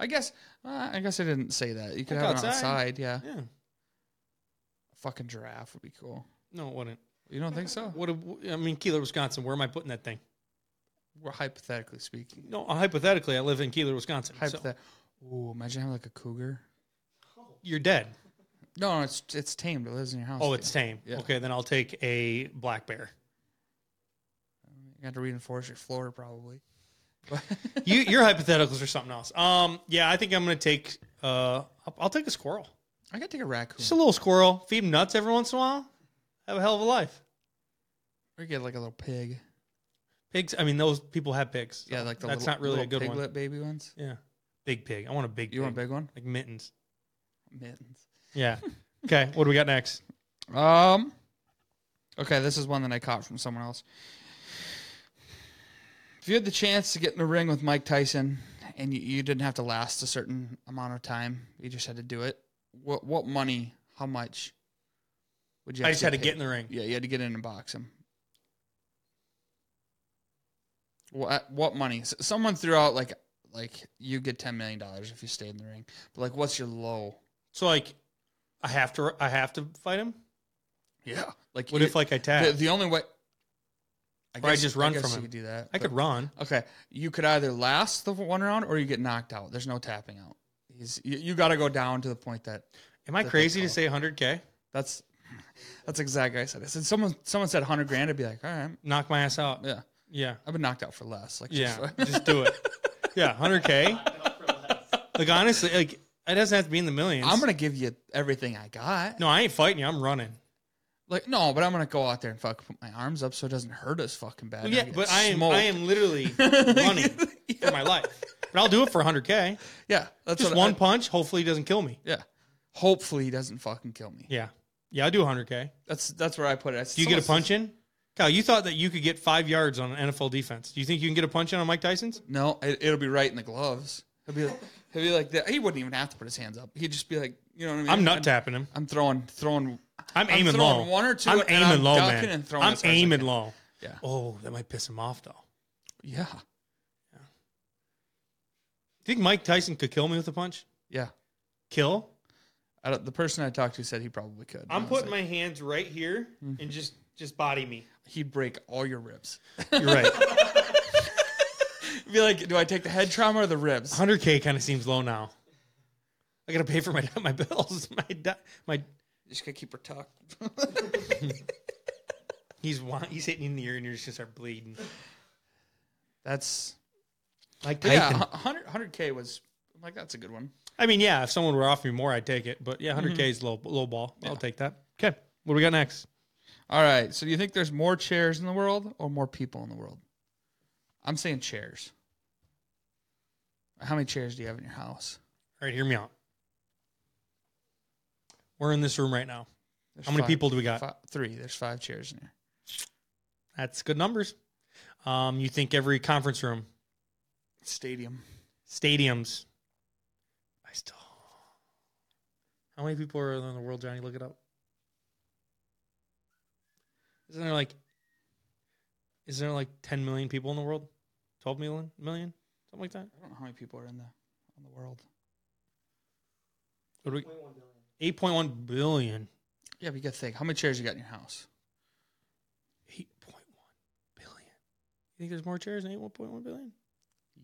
S3: I guess. Uh, I guess I didn't say that. You could
S1: Like
S3: have it
S1: outside.
S3: outside. Yeah,
S1: Yeah.
S3: a fucking giraffe would be cool.
S1: No, it wouldn't.
S3: You don't think so?
S1: What? a- I mean, Keeler, Wisconsin. Where am I putting that thing?
S3: We're hypothetically speaking.
S1: No, uh, hypothetically, I live in Keeler, Wisconsin. so
S3: Hypothet- Ooh, imagine having like a cougar.
S1: you're dead.
S3: No, no, it's it's tamed. It lives in your house.
S1: Oh, it's tame.
S3: Yeah.
S1: Okay, then I'll take a black bear.
S3: You got to reinforce your floor probably.
S1: you, your hypotheticals are something else. Um, yeah, I think I'm gonna take. Uh, I'll, I'll take a squirrel.
S3: I got to take a raccoon.
S1: Just a little squirrel. Feed him nuts every once in a while. Have a hell of a life.
S3: or get like a little pig.
S1: Pigs. I mean, those people have pigs. so
S3: Yeah, like the
S1: that's
S3: little,
S1: not really a
S3: little
S1: good
S3: piglet
S1: one.
S3: baby ones.
S1: Yeah, big pig. I want a big.
S3: You
S1: pig.
S3: want a big one?
S1: Like mittens.
S3: Mittens.
S1: Yeah. okay. What do we got next?
S3: Um. Okay, this is one that I caught from someone else. If you had the chance to get in the ring with Mike Tyson and you, you didn't have to last a certain amount of time, you just had to do it. What what money? How much? Would you?
S1: I
S3: have
S1: just had to
S3: paid?
S1: get in the ring.
S3: Yeah, you had to get in and box him. What what money? S- Someone threw out like like you get ten million dollars if you stay in the ring, but like what's your low?
S1: So like, I have to. I have to fight him.
S3: Yeah, like
S1: What
S3: you-
S1: if like I
S3: the,
S1: tap?
S3: the only way? I
S1: Eh. Or I just run from
S3: you
S1: him.
S3: Could do that.
S1: I could run.
S3: but- Okay, you could either last the one round or you get knocked out. There's no tapping out. He's you, you got to go down to the point that
S1: Am I
S3: That's
S1: crazy to
S3: all.
S1: say 100k?
S3: that's that's exactly what I said. I said someone someone said hundred grand. I'd be like, all right,
S1: Knock my ass out.
S3: yeah,
S1: Yeah.
S3: I've been knocked out for less. Like just-
S1: Yeah, just do it. Yeah, hundred k. Like honestly, like it doesn't have to be in the 1000000s
S3: I'm gonna give you everything I got.
S1: No, I ain't fighting you. I'm running.
S3: Like no, but I'm gonna go out there and fuck put my arms up so it doesn't hurt us fucking bad.
S1: yeah,
S3: and
S1: but
S3: get
S1: I am.
S3: smoked.
S1: I am literally running for my life. But I'll do it for hundred k.
S3: Yeah, that's
S1: Just
S3: what
S1: one
S3: I,
S1: punch. Hopefully, he doesn't kill me.
S3: yeah. Hopefully he doesn't fucking kill me.
S1: Yeah, yeah, I'll do hundred k.
S3: That's that's where I put it. I-
S1: Do you get a
S3: someone
S1: punch in? Kyle, you thought that you could get five yards on an NFL defense. Do you think you can get a punch in on Mike Tyson's?
S3: says- No, it, it'll be right in the gloves. He'll be like, he'll be like that. He wouldn't even have to put his hands up. He'd just be like, you know what I mean?
S1: I'm nut
S3: I'm-
S1: tapping him.
S3: I'm throwing throwing.
S1: I'm aiming
S3: throwing
S1: low.
S3: one or two
S1: I'm
S3: and
S1: aiming
S3: I'm
S1: low,
S3: ducking
S1: man.
S3: and throwing
S1: I'm
S3: as hard as I
S1: aiming
S3: can.
S1: low.
S3: Yeah.
S1: Oh, that might piss him off though.
S3: Yeah,
S1: Do you think Mike Tyson could kill me with a punch?
S3: yeah.
S1: Kill?
S3: I don't, the person I talked to said he probably could.
S1: I'm
S3: I was
S1: putting
S3: like,
S1: my hands right here
S3: Mm-hmm.
S1: and just just body me.
S3: he'd break all your ribs.
S1: You're right.
S3: be like, do I take the head trauma or the ribs?
S1: 100k kind of seems low now. I gotta pay for my my bills. My di- my
S3: Just gotta keep her tucked.
S1: he's wa- he's hitting you in the ear and you're just gonna start bleeding.
S3: That's
S1: Like
S3: but
S1: Tyson.
S3: yeah. 100 100 k was I'm like that's a good one.
S1: I mean, yeah. If someone were offering me more, I'd take it. But yeah, 100k is low low ball. I'll take that. Okay. What do we got next?
S3: All right. So do you think there's more chairs in the world or more people in the world? I'm saying chairs. How many chairs do you have in your house?
S1: All right, hear me out. We're in this room right now.
S3: There's
S1: How many
S3: five-
S1: people do we got?
S3: fi- three. There's five chairs in there.
S1: That's good numbers. Um, you think every conference room,
S3: Stadium.
S1: stadiums. I still. How many people are in the world, Johnny? Look it up. Isn't there like, is there like 10 million people in the world? 12 million? Million? Something like that?
S3: I don't know how many people are in the on the world.
S1: What do we, 8.1 billion.
S3: Yeah, but you got to think. How many chairs you got in your house?
S1: 8.1 billion. You think there's more chairs than 8.1 billion?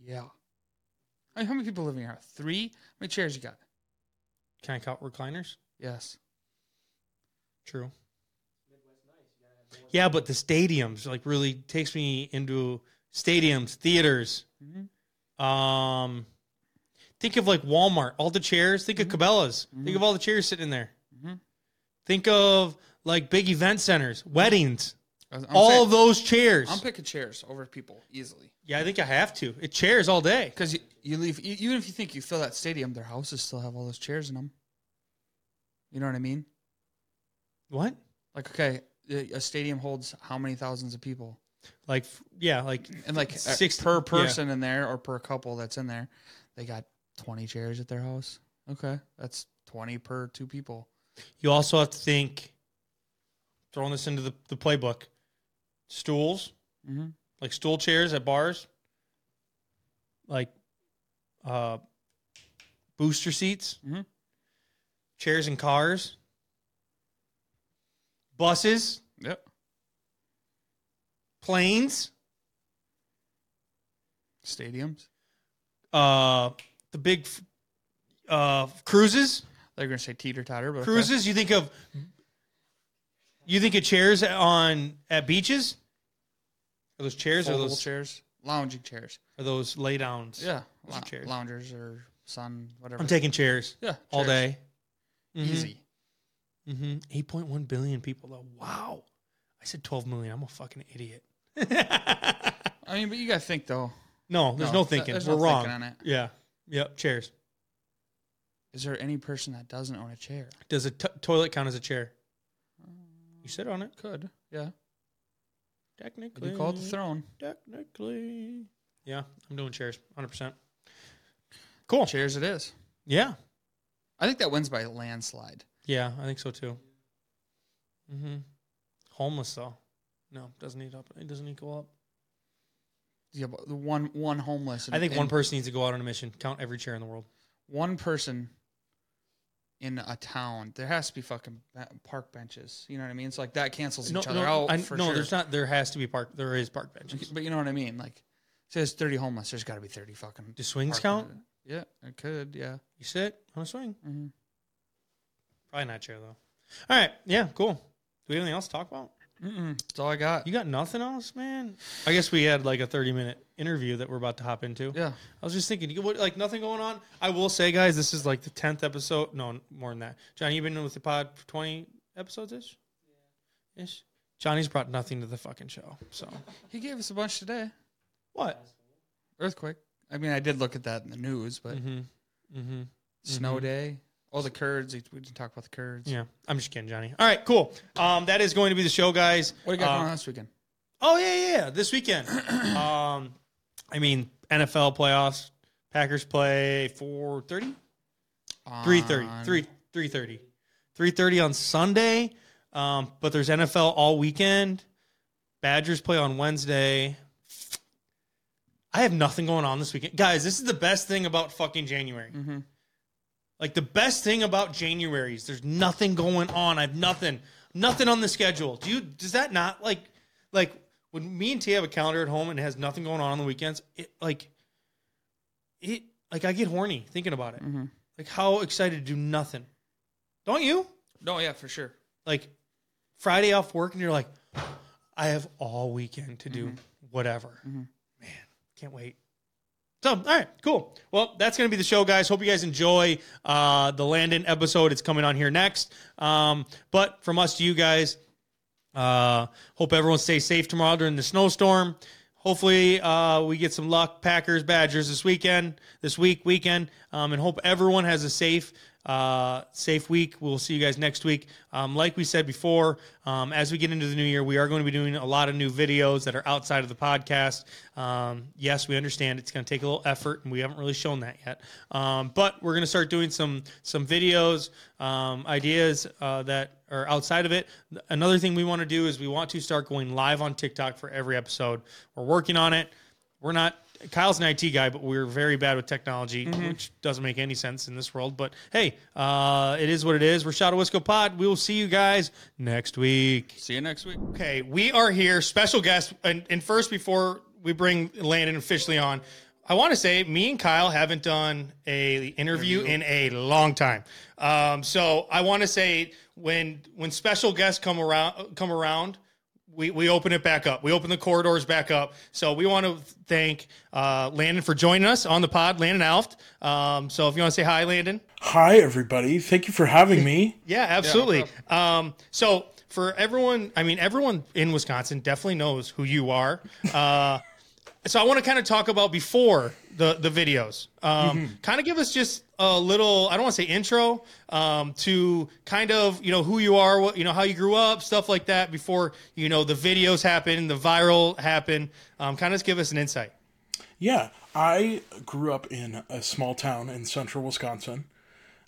S3: Yeah. I mean, how many people live in your house? Three. How many chairs you got?
S1: Can I count recliners?
S3: Yes.
S1: True. Yeah, but the stadiums like really takes me into stadiums, theaters.
S3: Mm-hmm.
S1: Um,
S3: Mm-hmm.
S1: think of like Walmart, all the chairs. Think of Cabela's. Think of all the chairs sitting in there. Think of like big event centers, weddings,
S3: I'm
S1: all
S3: saying-
S1: those chairs.
S3: I'm picking chairs over people easily
S1: yeah, I think I have to. It chairs all day.
S3: because you, you leave e- even if you think you fill that stadium, their houses still have all those chairs in them. You know what I mean?
S1: What?
S3: Like okay, a a stadium holds how many thousands of people,
S1: Like f- yeah, like
S3: and like
S1: Six-
S3: six per
S1: yeah.
S3: person in there or per couple that's in there, they got twenty chairs at their house. Okay, that's twenty per two people.
S1: you also have to think throwing this into the, the playbook. Stools,
S3: Mm-hmm.
S1: like stool chairs at bars, like uh, booster seats,
S3: Mhm.
S1: chairs in cars, buses,
S3: Yep.
S1: planes,
S3: Stadiums.
S1: uh, the big f- uh, cruises.
S3: They're gonna say teeter totter, but okay.
S1: Cruises. You think of you think of chairs on at beaches. Are those chairs? Or
S3: Foldable
S1: those
S3: chairs, lounging chairs.
S1: Are those lay downs?
S3: Yeah,
S1: Those are
S3: lou-
S1: chairs.
S3: loungers or sun, whatever.
S1: I'm taking chairs
S3: yeah,
S1: all
S3: chairs.
S1: day. Mhm.
S3: Easy.
S1: Mhm. 8.1 billion people, though. Wow. I said 12 million. I'm a fucking idiot.
S3: I mean, but you gotta think though.
S1: no, there's no,
S3: No, th-
S1: thinking.
S3: there's
S1: We're
S3: no
S1: wrong.
S3: thinking on it.
S1: Yeah. Yep. Chairs.
S3: Is there any person that doesn't own a chair?
S1: Does a t- toilet count as a chair? You sit on it.
S3: Could. Yeah.
S1: Technically.
S3: You call it the throne.
S1: Technically. Yeah. I'm doing chairs 100%. Cool.
S3: Chairs it is.
S1: Yeah.
S3: I think that wins by landslide.
S1: Yeah. I think so too. hmm Homeless, though. No, doesn't eat up. It doesn't equal up.
S3: Yeah, but the one one homeless.
S1: I think
S3: in-
S1: one person needs to go out on a mission. Count every chair in the world.
S3: one person in a town. There has to be fucking ba- park benches. You know what I mean? It's like that cancels each other out
S1: I-
S3: for
S1: no,
S3: sure.
S1: there's not. There has to be park. There is park benches.
S3: But you know what I mean? Like, say there's 30 homeless. There's got to be 30 fucking.
S1: Do swings
S3: park
S1: count?
S3: benches. Yeah, it could. Yeah.
S1: You sit on a swing.
S3: Mhm.
S1: Probably not chair though. All right. Yeah. Cool. Do we have anything else to talk about?
S3: Mm-mm. That's all I got.
S1: You got nothing else, man. I guess we had like a 30 minute interview that we're about to hop into.
S3: yeah.
S1: I was just thinking, you what, like nothing going on. I will say, guys, this is like the 10th episode. No, more than that. Johnny, you've been with the pod for 20 episodes ish. Yeah. Ish. Johnny's brought nothing to the fucking show. So
S3: He gave us a bunch today.
S1: what?
S3: Earthquake. I mean, I did look at that in the news, but
S1: Mm-hmm. Mm-hmm.
S3: snow day. Oh, the Kurds. We didn't talk about the Kurds.
S1: Yeah, I'm just kidding, Johnny. All right, cool. Um, that is going to be the show, guys.
S3: What do you got
S1: Uh,
S3: going on this weekend?
S1: Oh yeah, yeah, yeah. This weekend. um, I mean NFL playoffs. Packers play 4:30, 3:30,
S3: On-
S1: 3 3:30, 3:30 on Sunday. Um, but there's NFL all weekend. Badgers play on Wednesday. I have nothing going on this weekend, guys. This is the best thing about fucking January.
S3: Mhm.
S1: Like the best thing about January is there's nothing going on. I have nothing, nothing on the schedule. Do you? Does that not like, like when me and T have a calendar at home and it has nothing going on on the weekends? It like, it like I get horny thinking about it.
S3: Mhm.
S1: Like how excited to do nothing. Don't you?
S3: No, Oh, yeah, for sure.
S1: Like Friday off work and you're like, I have all weekend to do whatever. Man, can't wait. So, all right, cool. Well, that's going to be the show, guys. Hope you guys enjoy uh, the Landon episode. It's coming on here next. Um, but from us to you guys, uh, hope everyone stays safe tomorrow during the snowstorm. Hopefully, uh, we get some luck, Packers, Badgers this weekend, this week, weekend, um, and hope everyone has a safe, uh, safe week. We'll see you guys next week. Um, like we said before, um, as we get into the new year, we are going to be doing a lot of new videos that are outside of the podcast. Um, yes, we understand it's going to take a little effort, and we haven't really shown that yet. Um, but we're going to start doing some some videos, um, ideas uh, that or outside of it. Another thing we want to do is we want to start going live on TikTok for every episode. We're working on it. We're not Kyle's an IT guy, but we're very bad with technology, which doesn't make any sense in this world. But hey, uh, it is what it is. We're Shadow Wisco Pod. We will see you guys next week.
S3: See you next week.
S1: Okay, we are here. Special guest, and, and first before we bring Landon officially on, I want to say me and Kyle haven't done a interview in a long time. Um, so I want to say when when special guests come around come around, we, we open it back up. We open the corridors back up. So we want to thank uh, Landon for joining us on the pod, Landon Alft. Um, so if you want to say hi, Landon.
S2: Hi, everybody. Thank you for having me.
S1: Yeah, absolutely. um, so for everyone, I mean, everyone in Wisconsin definitely knows who you are. Uh, so I want to kind of talk about before the the videos. Um, Kind of give us just a little. I don't want to say intro um, to kind of you know who you are, what you know, how you grew up, stuff like that. Before you know the videos happen, the viral happen. Um, kind of just give us an insight.
S2: Yeah, I grew up in a small town in central Wisconsin.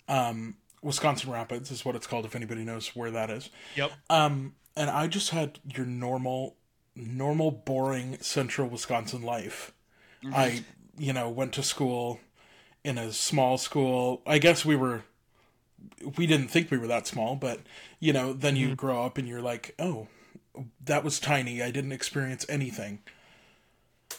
S2: Um, Wisconsin Rapids is what it's called, if anybody knows where that is.
S1: Yep.
S2: Um, and I just had your normal, normal, boring central Wisconsin life. I,
S1: Mm-hmm.
S2: you know, went to school in a small school. I guess we were, we didn't think we were that small, but, you know, then
S1: Mm-hmm.
S2: you grow up and you're like, oh, that was tiny. I didn't experience anything.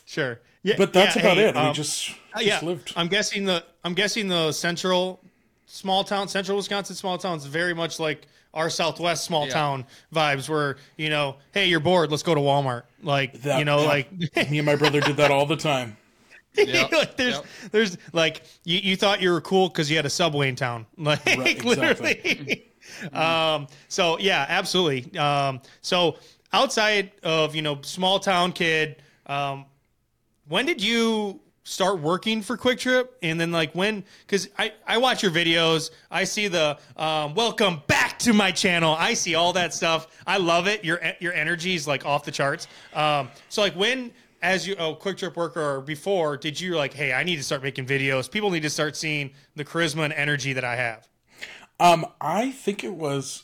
S1: sure. Yeah.
S2: But that's
S1: yeah,
S2: about
S1: hey,
S2: it. we
S1: um,
S2: just, just
S1: Uh, yeah,
S2: lived.
S1: I'm guessing the I'm guessing the central small town central Wisconsin small towns very much like our southwest small
S3: Yeah.
S1: town vibes where, you know, hey, you're bored, let's go to Walmart. Like
S2: That-
S1: you know,
S2: yeah.
S1: like
S2: me and my brother did that all the time.
S3: Yep.
S1: like, there's
S3: Yep.
S1: there's like you, you thought you were cool because you had a subway in town. Like
S2: Right,
S1: literally. um so yeah, absolutely. Um so outside of, you know, small town kid, um, when did you start working for quick trip and then like when because I, I watch your videos i see the um, welcome back to my channel i see all that stuff i love it your your energy is like off the charts um, so like when as you oh quick trip worker or before did you like hey i need to start making videos people need to start seeing the charisma and energy that i have
S2: Um, I think it was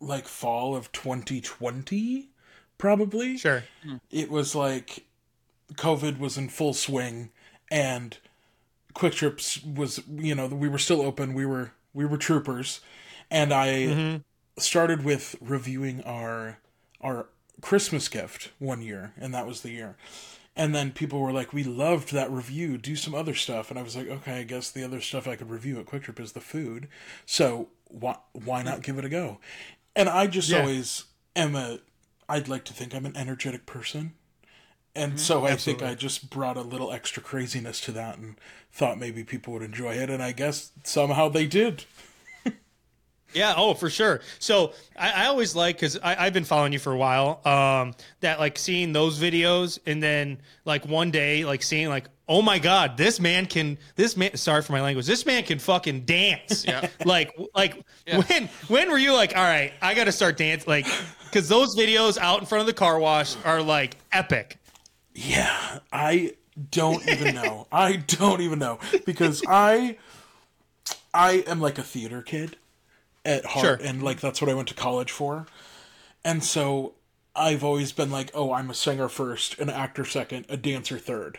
S2: like fall of 2020, probably.
S1: sure
S2: It was like COVID was in full swing, and Quick Trips was you know we were still open. We were we were troopers, and I started with reviewing our our Christmas gift one year, and that was the year. And then people were like, "We loved that review. Do some other stuff." And I was like, "Okay, I guess the other stuff I could review at Quick Trip is the food. So why why not give it a go?" And I just
S1: Yeah.
S2: always am a. I'd like to think I'm an energetic person, and so I think I just brought a little extra craziness to that, and thought maybe people would enjoy it. And I guess somehow they did.
S1: Yeah, oh, for sure. So I, I always like because I've been following you for a while. Um, that like seeing those videos and then like one day like seeing like oh my god, this man can this man. Sorry for my language. This man can fucking dance.
S3: Yeah.
S1: Like like when when were you like all right? I got to start dance like because those videos out in front of the car wash are like epic.
S2: Yeah, I don't even know. I don't even know because I I am like a theater kid at heart
S1: Sure.
S2: and like that's what I went to college for. And so I've always been like, "Oh, I'm a singer first, an actor second, a dancer third.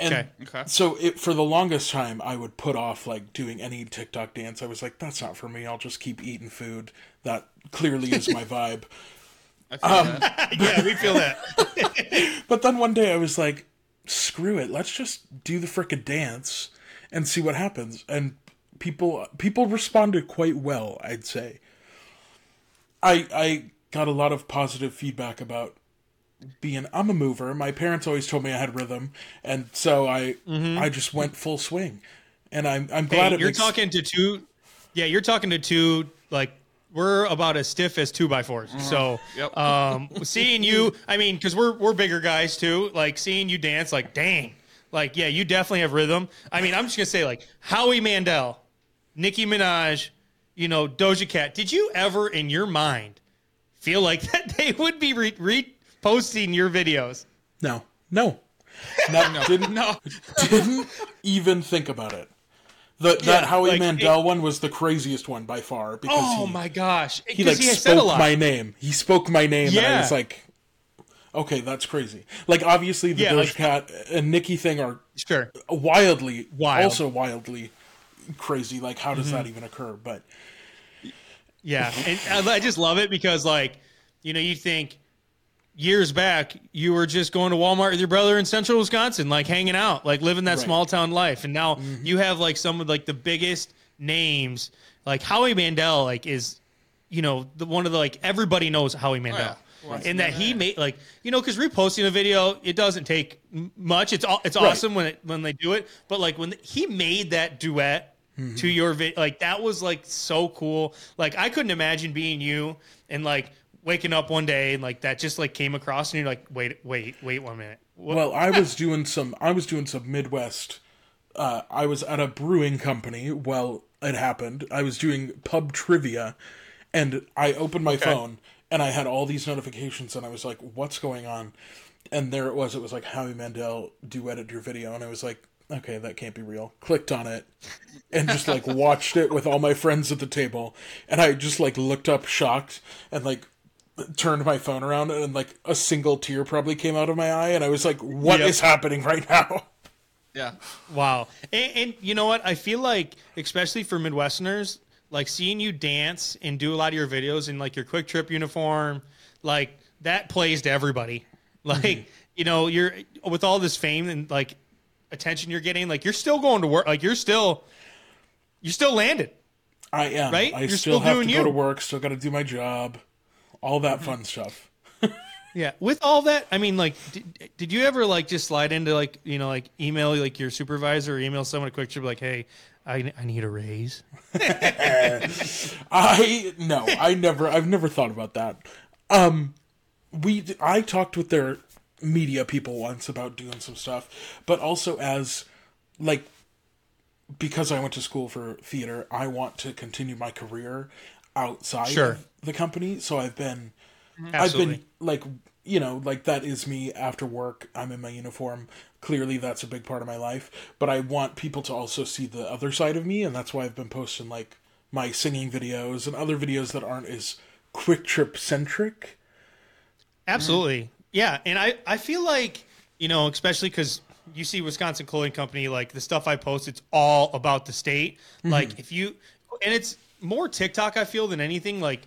S2: And
S1: Okay.
S3: Okay.
S2: so it for the longest time I would put off like doing any TikTok dance. I was like, that's not for me. I'll just keep eating food. That clearly is my vibe.
S3: I feel
S1: um,
S3: that.
S1: yeah, we feel that.
S2: But then one day I was like, screw it, let's just do the frickin' dance and see what happens. And people people responded quite well, I'd say. I I got a lot of positive feedback about being I'm a mover. My parents always told me I had rhythm, and so I I just went full swing. And I'm I'm glad
S1: Mm-hmm. Hey,
S2: it
S1: you're
S2: makes,
S1: talking to two. Yeah, you're talking to two. Like we're about as stiff as two by 4s So,
S3: Yep.
S1: um, seeing you, I mean, because we're we're bigger guys too. Like seeing you dance, like dang, like yeah, you definitely have rhythm. I mean, I'm just gonna say like Howie Mandel, Nicki Minaj, you know Doja Cat. Did you ever in your mind feel like that they would be re- reposting your videos?
S2: No. No. No, didn't
S3: No.
S2: didn't even think about it. The, that Howie
S1: like,
S2: Mandel one was the craziest one by far because
S1: Oh
S2: he,
S1: my gosh!
S2: he
S1: Because
S2: like
S1: he, had said a
S2: spoke
S1: lot.
S2: my name. He spoke my name, and I
S1: Yeah.
S2: was like, okay, that's crazy. Like obviously the
S1: Yeah,
S2: Doja
S1: like-
S2: Cat and Nikki thing are
S1: sure.
S2: wildly,
S1: Wild. Mm-hmm.
S2: also wildly crazy. Like how does that even occur? But
S1: Yeah, and I I just love it because, like, you know, you think years back you were just going to Walmart with your brother in Central Wisconsin, like hanging out, like living that
S2: Right.
S1: small town life, and now you have like some of like the biggest names, like Howie Mandel, like is, you know, the, one of the like everybody knows Howie Mandel.
S3: yeah.
S1: in that he made like you know because reposting a video it doesn't take m- much. It's all it's awesome when it when they do it, but like when he made that duet to your video, like that was like so cool. Like I couldn't imagine being you and like waking up one day and like that just like came across and you're like wait wait wait one minute. What?
S2: Well, I was doing some. I was doing some Midwest. Uh, I was at a brewing company. Well, it happened. I was doing pub trivia, and I opened my phone, and I had all these notifications, and I was like, "What's going on?" And there it was. It was like Howie Mandel duetted your video, and I was like, "Okay, that can't be real." Clicked on it, and just like watched it with all my friends at the table, and I just like looked up shocked and like turned my phone around and like a single tear probably came out of my eye and i was like "What is
S1: Yep.
S2: happening right now
S3: Yeah.
S1: Wow. And, and you know what? I feel like, especially for Midwesterners, like seeing you dance and do a lot of your videos in like your quick trip uniform, like that plays to everybody. Like, you know, you're with all this fame and like attention you're getting, like you're still going to work. Like you're still, you're still landed.
S2: i am
S1: Right?
S2: i
S1: You're still
S2: still, have
S1: doing
S2: to
S1: you. Mm-hmm.
S2: go to work still got to do my job all that fun stuff
S1: Yeah. With all that, I mean, like, did, did you ever like just slide into like, you know, like email like your supervisor or email someone a quick trip, like, hey, I, I need a raise?
S2: i no i never i've never thought about that um we i talked with their media people once about doing some stuff but also as like because i went to school for theater i want to continue my career outside
S1: Sure.
S2: of the company so i've been
S1: Absolutely.
S2: I've been like you know like that is me after work. I'm in my uniform. Clearly, that's a big part of my life. But I want people to also see the other side of me, and that's why I've been posting like my singing videos and other videos that aren't as quick trip centric.
S1: Absolutely. Yeah. And I, I feel like, you know, especially because you see Wisconsin Clothing Company, like the stuff I post, it's all about the state. Like if you, and it's more TikTok, I feel, than anything. Like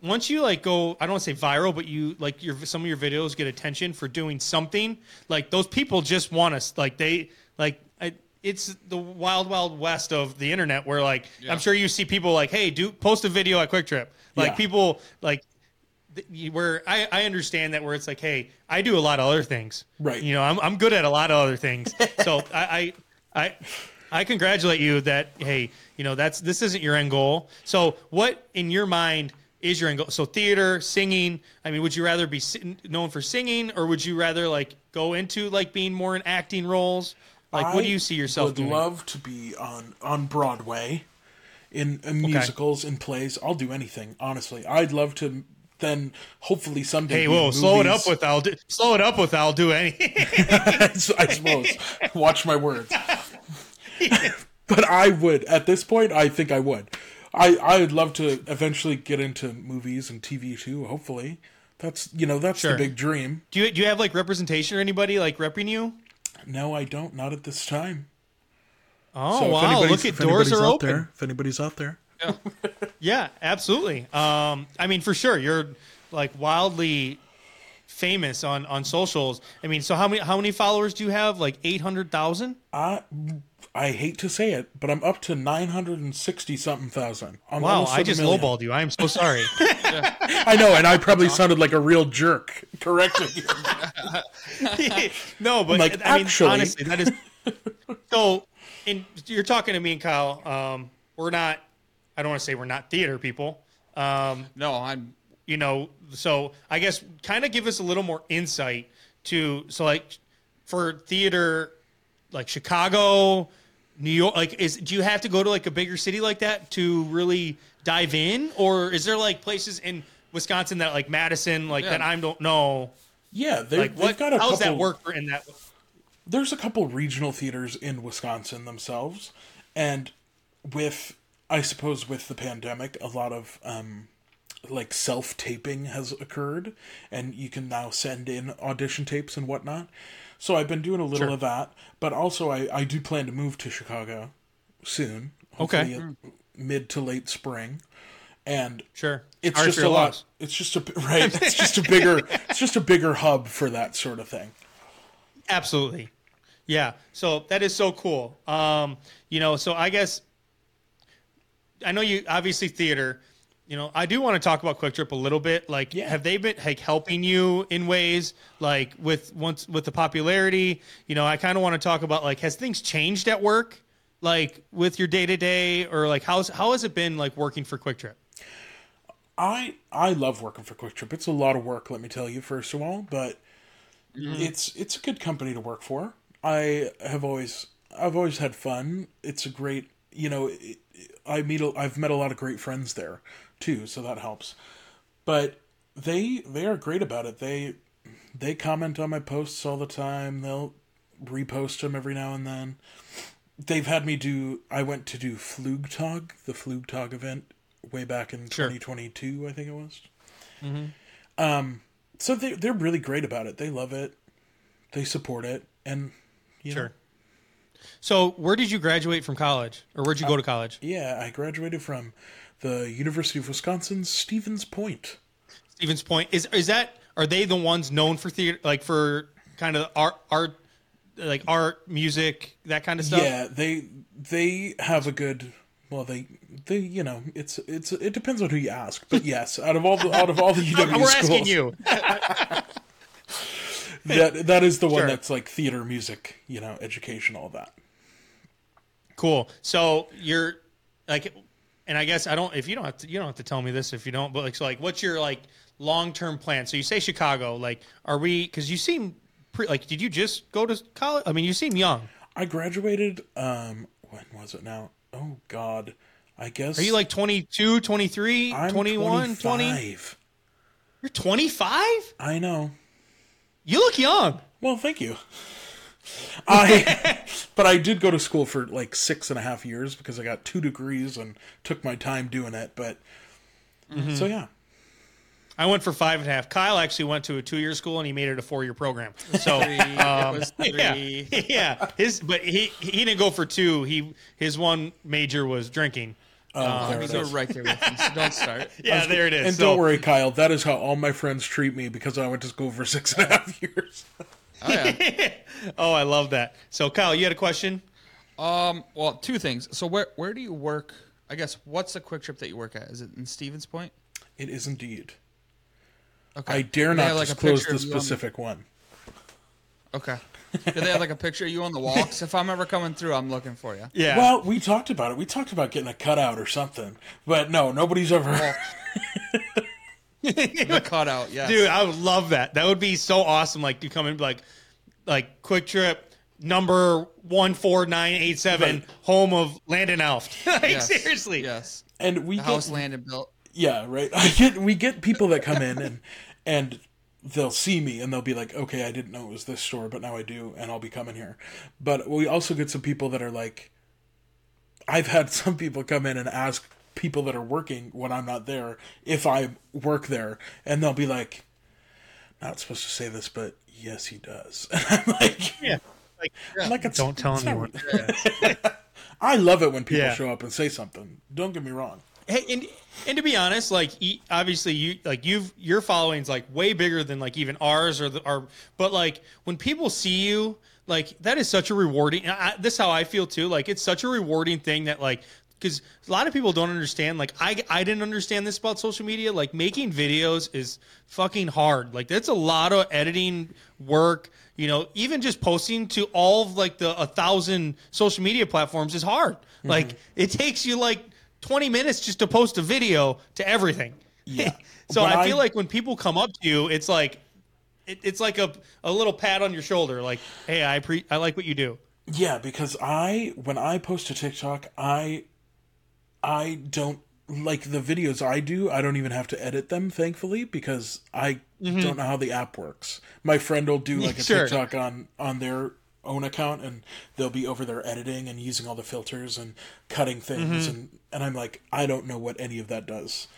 S1: once you like go, I don't want to say viral, but you like your, some of your videos get attention for doing something. Like those people just want us, like they, like, I, it's the wild, wild west of the internet where like, I'm sure you see people like, hey, do post a video at Quick Trip. Like
S2: Yeah.
S1: people, like, th- you- where I, I understand that where it's like, hey, I do a lot of other things.
S2: Right.
S1: You know, I'm, I'm good at a lot of other things. so I, I I I congratulate you that hey, you know, that's this isn't your end goal. So what in your mind is your end goal? So theater, singing. I mean, would you rather be si- known for singing, or would you rather like go into like being more in acting roles? Like, what do
S2: I
S1: you see yourself
S2: Would
S1: doing?
S2: love to be on on Broadway, in, in musicals, in plays. I'll do anything. Honestly, I'd love to. Then hopefully someday.
S1: hey,
S2: be in
S1: whoa, slow it
S2: movies.
S1: up with I'll do, slow it up with I'll do anything.
S2: I suppose. Watch my words. but I would at this point. I think I would. I I would love to eventually get into movies and TV too. Hopefully, that's you know that's
S1: Sure.
S2: the big dream.
S1: do you do you have like representation or anybody like repping you?
S2: No, I don't. Not at this time.
S1: Oh
S2: So if
S1: wow!
S2: anybody's-
S1: Look at
S2: if
S1: doors
S2: anybody's
S1: are
S2: out
S1: open.
S2: There, if anybody's out there,
S1: Yeah, absolutely. Um, I mean, for sure, you're like wildly famous on on socials. I mean, so how many how many followers do you have? Like eight hundred thousand.
S2: I I hate to say it, but I'm up to nine hundred and sixty something thousand. I'm
S1: Wow,
S2: almost at
S1: I
S2: a
S1: just
S2: million.
S1: lowballed you. I am so sorry.
S2: I know, and I probably sounded like a real jerk. Correcting you.
S1: no, but
S2: Like,
S1: I mean,
S2: actually-
S1: honestly, that is so. And you're talking to me and Kyle. Um, we're not. I don't want to say we're not theater people. Um,
S3: No, I'm.
S1: you know so i guess kind of give us a little more insight to so like for theater like chicago new york like is do you have to go to like a bigger city like that to really dive in or is there like places in wisconsin that like madison like
S3: Yeah.
S1: that i don't know
S2: Yeah, they,
S1: like
S2: they've
S1: what
S2: got a
S1: how's that
S2: couple-
S1: work for in that
S2: there's a couple regional theaters in Wisconsin themselves, and with I suppose with the pandemic, a lot of um, like self taping has occurred, and you can now send in audition tapes and whatnot. So I've been doing a little of that, but also I I do plan to move to Chicago soon.
S1: Okay.
S2: hopefully at mid to late spring, and
S1: sure
S2: it's
S1: Sorry
S2: just
S1: for
S2: a
S1: your
S2: lot.
S1: loss.
S2: It's just a right. It's just a bigger. it's just a bigger hub for that sort of thing.
S1: Absolutely. Yeah. So that is so cool. Um, you know, so I guess I know you obviously theater. you know, I do want to talk about Quick Trip a little bit. Like,
S2: Yeah.
S1: have they been like helping you in ways like with once with the popularity? You know, I kind of want to talk about like has things changed at work, like with your day to day, or like how's how has it been like working for Quick Trip?
S2: I I love working for Quick Trip. It's a lot of work, let me tell you, first of all, but it's it's a good company to work for. I have always I've always had fun. It's a great you know it, I meet a, I've met a lot of great friends there too, so that helps. But they they are great about it. They they comment on my posts all the time. They'll repost them every now and then. They've had me do. I went to do Flugtag, the Flugtag event, way back in
S1: Sure. Mm-hmm.
S2: 2022, I think it was. Um, so they they're really great about it. They love it. They support it, and you know,
S1: Sure. So, where did you graduate from college, or where'd you go to college?
S2: yeah, I graduated from the University of Wisconsin Stevens Point.
S1: Stevens Point is is that are they the ones known for theater, like for kind of art, art, like art, music, that kind of stuff?
S2: Yeah, they they have a good. Well, they they you know it's it's it depends on who you ask, but yes, out of all the out of all the UW
S1: Oh, We're
S2: schools,
S1: asking you.
S2: that that is the one
S1: Sure.
S2: that's like theater, music, you know, education, all that.
S1: Cool. So you're like, and I guess I don't. If you don't have to, you don't have to tell me this if you don't. But like, so like, what's your like long term plan? So you say Chicago. Like, are we? Because you seem pre, like. Did you just go to college? I mean, you seem young.
S2: I graduated. Um, when was it now? Oh God, I guess
S1: Are you like 22, 23,
S2: I'm
S1: 21, 20?
S2: 25.
S1: You're 25?
S2: I know.
S1: You look young.
S2: Well, thank you. I, but I did go to school for like six and a half years because I got two degrees and took my time doing it. But
S3: Mm-hmm.
S2: so yeah,
S1: I went for five and a half. Kyle actually went to a two year school and he made it a four year program. So um,
S3: it was three.
S1: Yeah, yeah. His, but he he didn't go for two. He his one major was drinking.
S2: um, there it
S3: So
S2: is.
S3: we're right there with Ah, you. So don't start.
S1: Yeah, there it is.
S2: And
S1: So-
S2: don't worry, Kyle. That is how all my friends treat me because I went to school for six and a half years.
S3: Oh, yeah.
S1: Oh, I love that. So, Kyle, you had a question.
S3: Um, well, two things. So where where do you work? I guess what's the quick trip that you work at? Is it in Stevens Point?
S2: It is indeed.
S3: Okay.
S2: I dare
S3: Do they
S2: not
S3: have, like, a
S2: disclose
S3: picture
S2: the
S3: of you on
S2: specific one.
S3: Okay. Do they have like a picture of you on the wall? 'Cause if I'm ever coming through, I'm looking for you.
S1: Yeah.
S2: Well, we talked about it. We talked about getting a cutout or something, but no, nobody's ever.
S3: The cutout, yes.
S1: dude, I would love that. That would be so awesome. Like, to come in, like, like Quick Trip number one four nine eight seven,
S2: Right.
S1: home of Landon Elft. like,
S3: Yes.
S1: seriously.
S3: Yes.
S2: And we get
S3: House landed built.
S2: Yeah, right. I get we get people that come in and and they'll see me and they'll be like, "Okay, I didn't know it was this store, but now I do, and I'll be coming here." But we also get some people that are like, I've had some people come in and ask people that are working when I'm not there if I work there, and they'll be like, "Not supposed to say this, but yes, he does." And I'm like,
S1: Yeah. Like,
S2: I'm like it's,
S1: Don't tell
S2: it's not-
S1: anyone.
S2: I love it when people
S1: Yeah.
S2: show up and say something. Don't get me wrong.
S1: hey, and and to be honest, like, e- obviously, you like you've your following's like way bigger than like even ours or the our. But like, when people see you. Like that is such a rewarding. and I, this is how I feel too. Like it's such a rewarding thing that like because a lot of people don't understand like I, I didn't understand this about social media like making videos is fucking hard like that's a lot of editing work you know even just posting to all of like the a thousand social media platforms is hard like it takes you like 20 minutes just to post a video to everything
S2: Yeah.
S1: so
S2: When
S1: i
S2: I-
S1: feel like when people come up to you it's like it, it's like a, a little pat on your shoulder like hey i pre- i like what you do
S2: Yeah, because I when I post a TikTok, I I don't like the videos I do, I don't even have to edit them, thankfully, because I don't know how the app works. My friend will do like
S1: Mm-hmm.
S2: a
S1: Sure.
S2: TikTok on on their own account and they'll be over there editing and using all the filters and cutting things
S1: Mm-hmm.
S2: and and I'm like, I don't know what any of that does.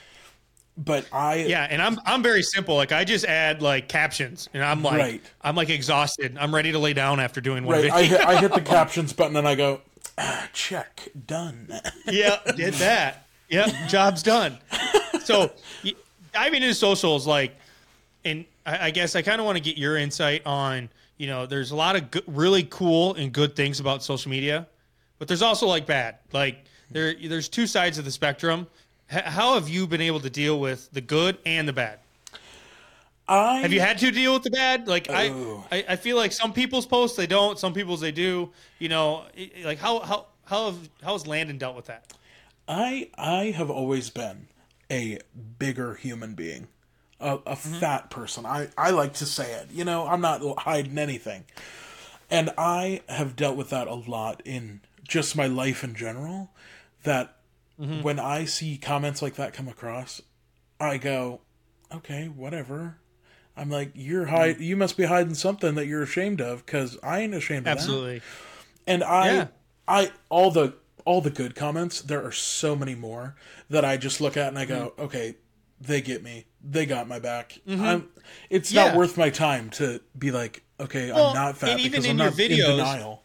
S2: But I
S1: Yeah, and I'm I'm very simple. Like I just add like captions, and I'm like
S2: Right.
S1: I'm like exhausted. I'm ready to lay down after doing one.
S2: right,
S1: video.
S2: I hit, I hit the captions button and I go, ah, check, done.
S1: yeah, did that. Yep, job's done. So y- diving into socials, like, and I, I guess I kind of want to get your insight on, you know, there's a lot of good, really cool and good things about social media, but there's also like bad. Like there, there's two sides of the spectrum. h- how have you been able to deal with the good and the bad?
S2: I
S1: Have you had to deal with the bad? Like I,
S2: Oh.
S1: I, I feel like some people's posts they don't, some people's they do. You know, i- like how how how have, how has Landon dealt with that?
S2: I I have always been a bigger human being, a, a fat person. I I like to say it. You know, I'm not hiding anything, and I have dealt with that a lot in just my life in general. That when I see comments like that come across, I go, okay, whatever. I'm like, you're hide. You must be hiding something that you're ashamed of, because I ain't ashamed of that
S1: Absolutely.
S2: and I,
S1: Yeah.
S2: I all the all the good comments. There are so many more that I just look at and I go,
S1: Mm-hmm.
S2: okay, they get me. They got my back. I'm, it's
S1: Yeah.
S2: not worth my time to be like, okay,
S1: Well,
S2: I'm not fat
S1: and even
S2: because
S1: in
S2: I'm
S1: your
S2: not
S1: videos-
S2: in denial.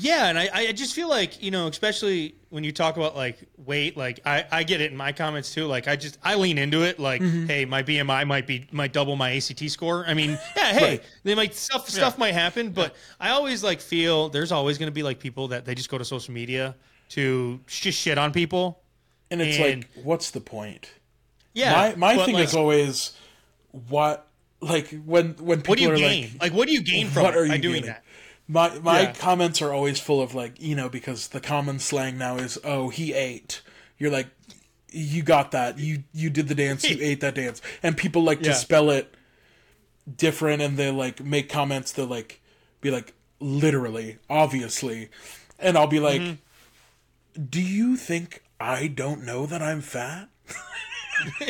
S1: Yeah, and I, I just feel like you know, especially when you talk about like weight, like I, I get it in my comments too. Like I just I lean into it. Like,
S2: Mm-hmm.
S1: hey, my BMI might be might double my ACT score. I mean, yeah, hey,
S2: Right.
S1: they might stuff stuff might happen, but I always like feel there's always going to be like people that they just go to social media to just shit on people.
S2: And it's
S1: And-
S2: like, what's the point?
S1: Yeah,
S2: my my
S1: but,
S2: thing
S1: like,
S2: is always, what like when when people
S1: what do you
S2: are
S1: gain?
S2: like,
S1: Like, what do you gain from
S2: what are you
S1: by doing
S2: getting?
S1: that?
S2: My my
S1: Yeah.
S2: comments are always full of like you know because the common slang now is oh he ate. You're like you got that you you did the dance you ate that dance and people like
S1: Yeah.
S2: to spell it different and they like make comments that like be like literally obviously and I'll be like
S1: Mm-hmm.
S2: do you think I don't know that I'm fat?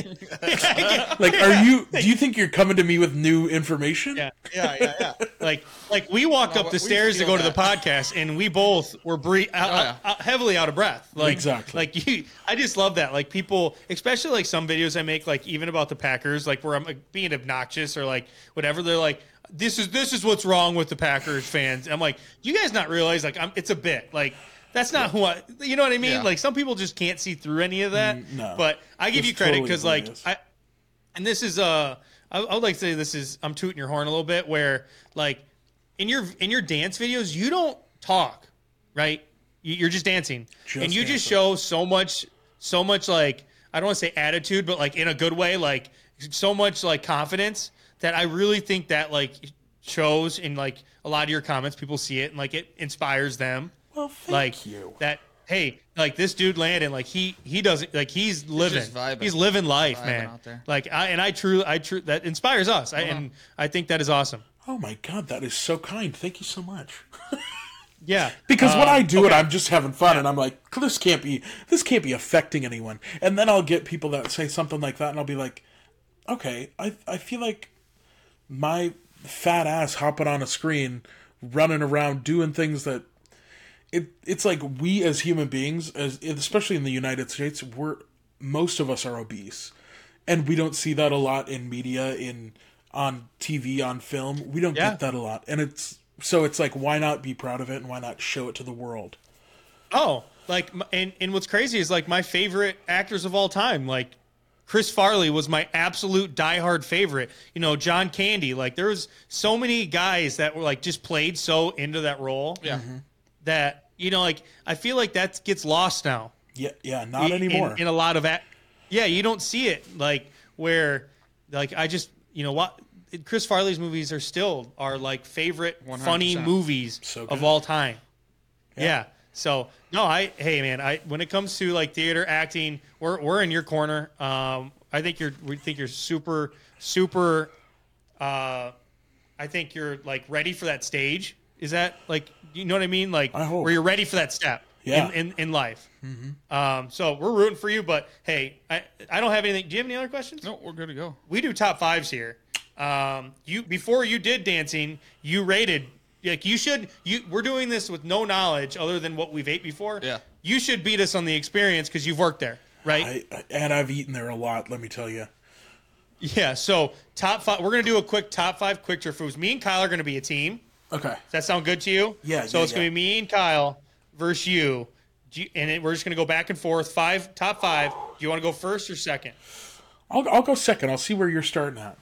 S2: like are you do you think you're coming to me with new information?
S1: Yeah.
S3: Yeah, yeah, yeah.
S1: Like, like we walked
S3: No,
S1: up
S3: but
S1: the
S3: we
S1: stairs to
S3: feel
S1: go to the podcast, and we both were bre- uh,
S3: Oh, yeah.
S1: uh, heavily out of breath. Like,
S2: Exactly.
S1: Like you, I just love that. Like people, especially like some videos I make, like even about the Packers, like where I'm like, being obnoxious or like whatever. They're like, this is this is what's wrong with the Packers fans. I'm like, you guys not realize like I'm, it's a bit like. That's not who I, you know what I mean?
S3: Yeah.
S1: Like some people just can't see through any of that.
S2: Mm, no.
S1: But I give
S2: It's
S1: you credit
S2: totally
S1: because,
S2: what it
S1: like,
S2: is.
S1: I, and this is uh I, I would like to say this is I'm tooting your horn a little bit where like in your in your dance videos you don't talk right You- you're just dancing
S2: Just
S1: and you just
S2: dancing.
S1: show so much so much like I don't want to say attitude but like in a good way like so much like confidence that I really think that like shows in like a lot of your comments people see it and like it inspires them
S2: Well, thank
S1: like
S2: you.
S1: that hey like this dude landon like he he doesn't like he's living
S3: just vibing.
S1: he's living life
S3: Vibing
S1: man
S3: out there. Uh-huh.
S1: like i and i truly i true that inspires us I, and i think that is awesome
S2: Oh my god, that is so kind. Thank you so much. Uh,
S1: yeah
S2: Because when I do it, I'm just having fun, and I'm like, this can't be, this can't be affecting anyone. And then I'll get people that say something like that, and I'll be like, okay, I I feel like my fat ass hopping on a screen, running around doing things that. It, it's like we as human beings, as especially in the United States, we're most of us are obese, and we don't see that a lot in media, in on TV, on film. We don't
S1: Yeah.
S2: get that a lot, and it's so it's like why not be proud of it and why not show it to the world?
S1: oh like m- and and what's crazy is like my favorite actors of all time like Chris Farley was my absolute diehard favorite. You know, John Candy. Like there was so many guys that were like just played so into that role.
S3: Yeah. Mm-hmm.
S1: That you know, like I feel like that gets lost now.
S2: Yeah, yeah, not
S1: E, in-
S2: anymore.
S1: In, a lot of, a- yeah, you don't see it like where, like I just you know what Chris Farley's movies are still our like favorite funny
S3: 100%.
S1: movies
S2: So good.
S1: of all time. Yeah. So no, I hey man, I when it comes to like theater acting, we're we're in your corner. Um, I think you're we think you're super super. Uh, I think you're like ready for that stage. Is that like you know what I mean? Like
S2: I hope.
S1: where you're ready for that step
S2: Yeah.
S1: in, in, in life. Um, so we're rooting for you, but hey, I, I don't have anything. Do you have any other questions?
S3: No, we're good to go.
S1: We do top fives here. Um, you before you did dancing, you rated like you should. You we're doing this with no knowledge other than what we've ate before.
S3: Yeah.
S1: you should beat us on the experience because you've worked there, right?
S2: I, and I've eaten there a lot. Let me tell you.
S1: yeah. So top five. We're gonna do a quick top five quick trip foods. Me and Kyle are gonna be a team.
S2: Okay,
S1: Does that sound good to you?
S2: Yeah,
S1: So
S2: yeah,
S1: it's gonna
S2: yeah.
S1: be me and Kyle versus you. Do you and it, we're just gonna go back and forth. Five top five. Do you want to go first or second?
S2: I'll I'll go second. I'll see where you're starting at.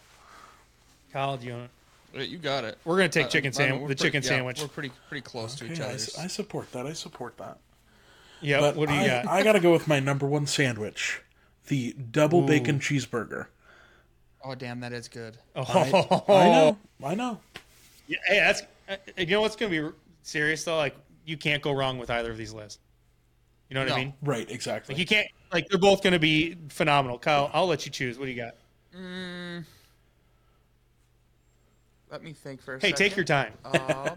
S1: Kyle, do you want?
S3: Wait, You got it.
S1: Uh, We're gonna take
S3: I-
S1: chicken
S3: I mean,
S1: sandwich- Oh,
S3: we're
S1: the
S3: pretty-
S1: chicken
S3: yeah,
S1: sandwich.
S3: We're pretty pretty close to each
S2: Yeah, I,
S3: other.
S2: s- I support that. I support that.
S1: Yeah.
S2: But
S1: what do you
S2: I,
S1: got?
S2: I gotta go with my number one sandwich, the double bacon cheeseburger.
S3: Oh damn, that is good.
S1: oh,
S2: I know, I know.
S1: Yeah, hey, that's uh, you know what's going to be serious though. Like you can't go wrong with either of these lists. You know what I
S3: No.
S1: mean?
S2: Right, exactly.
S1: Like you can't. Like they're both going to be phenomenal. Kyle, I'll let you choose. What do you got?
S3: Let me think first.
S1: Hey, take your time.
S3: time.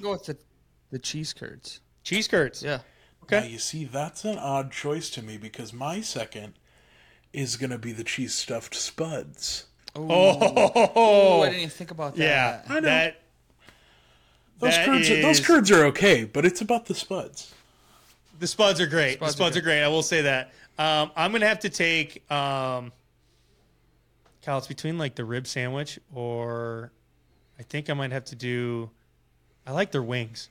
S3: Go with the, the cheese curds.
S1: Cheese curds.
S3: Yeah.
S2: Now you see, that's an odd choice to me because my second is gonna be the cheese stuffed spuds.
S3: Oh, I
S1: Oh,
S3: didn't even think about that.
S1: yeah.
S2: know.
S1: That
S2: Those
S1: That
S2: curds, are, those
S1: is-
S2: curds are okay, but it's about the spuds.
S1: the spuds are great.
S3: Spuds
S1: the
S3: are
S1: spuds are
S3: good.
S1: great. I will say that. Um, I'm going to have to take. Um, Kyle, it's between like the rib sandwich or, I think I might have to do. I like their wings.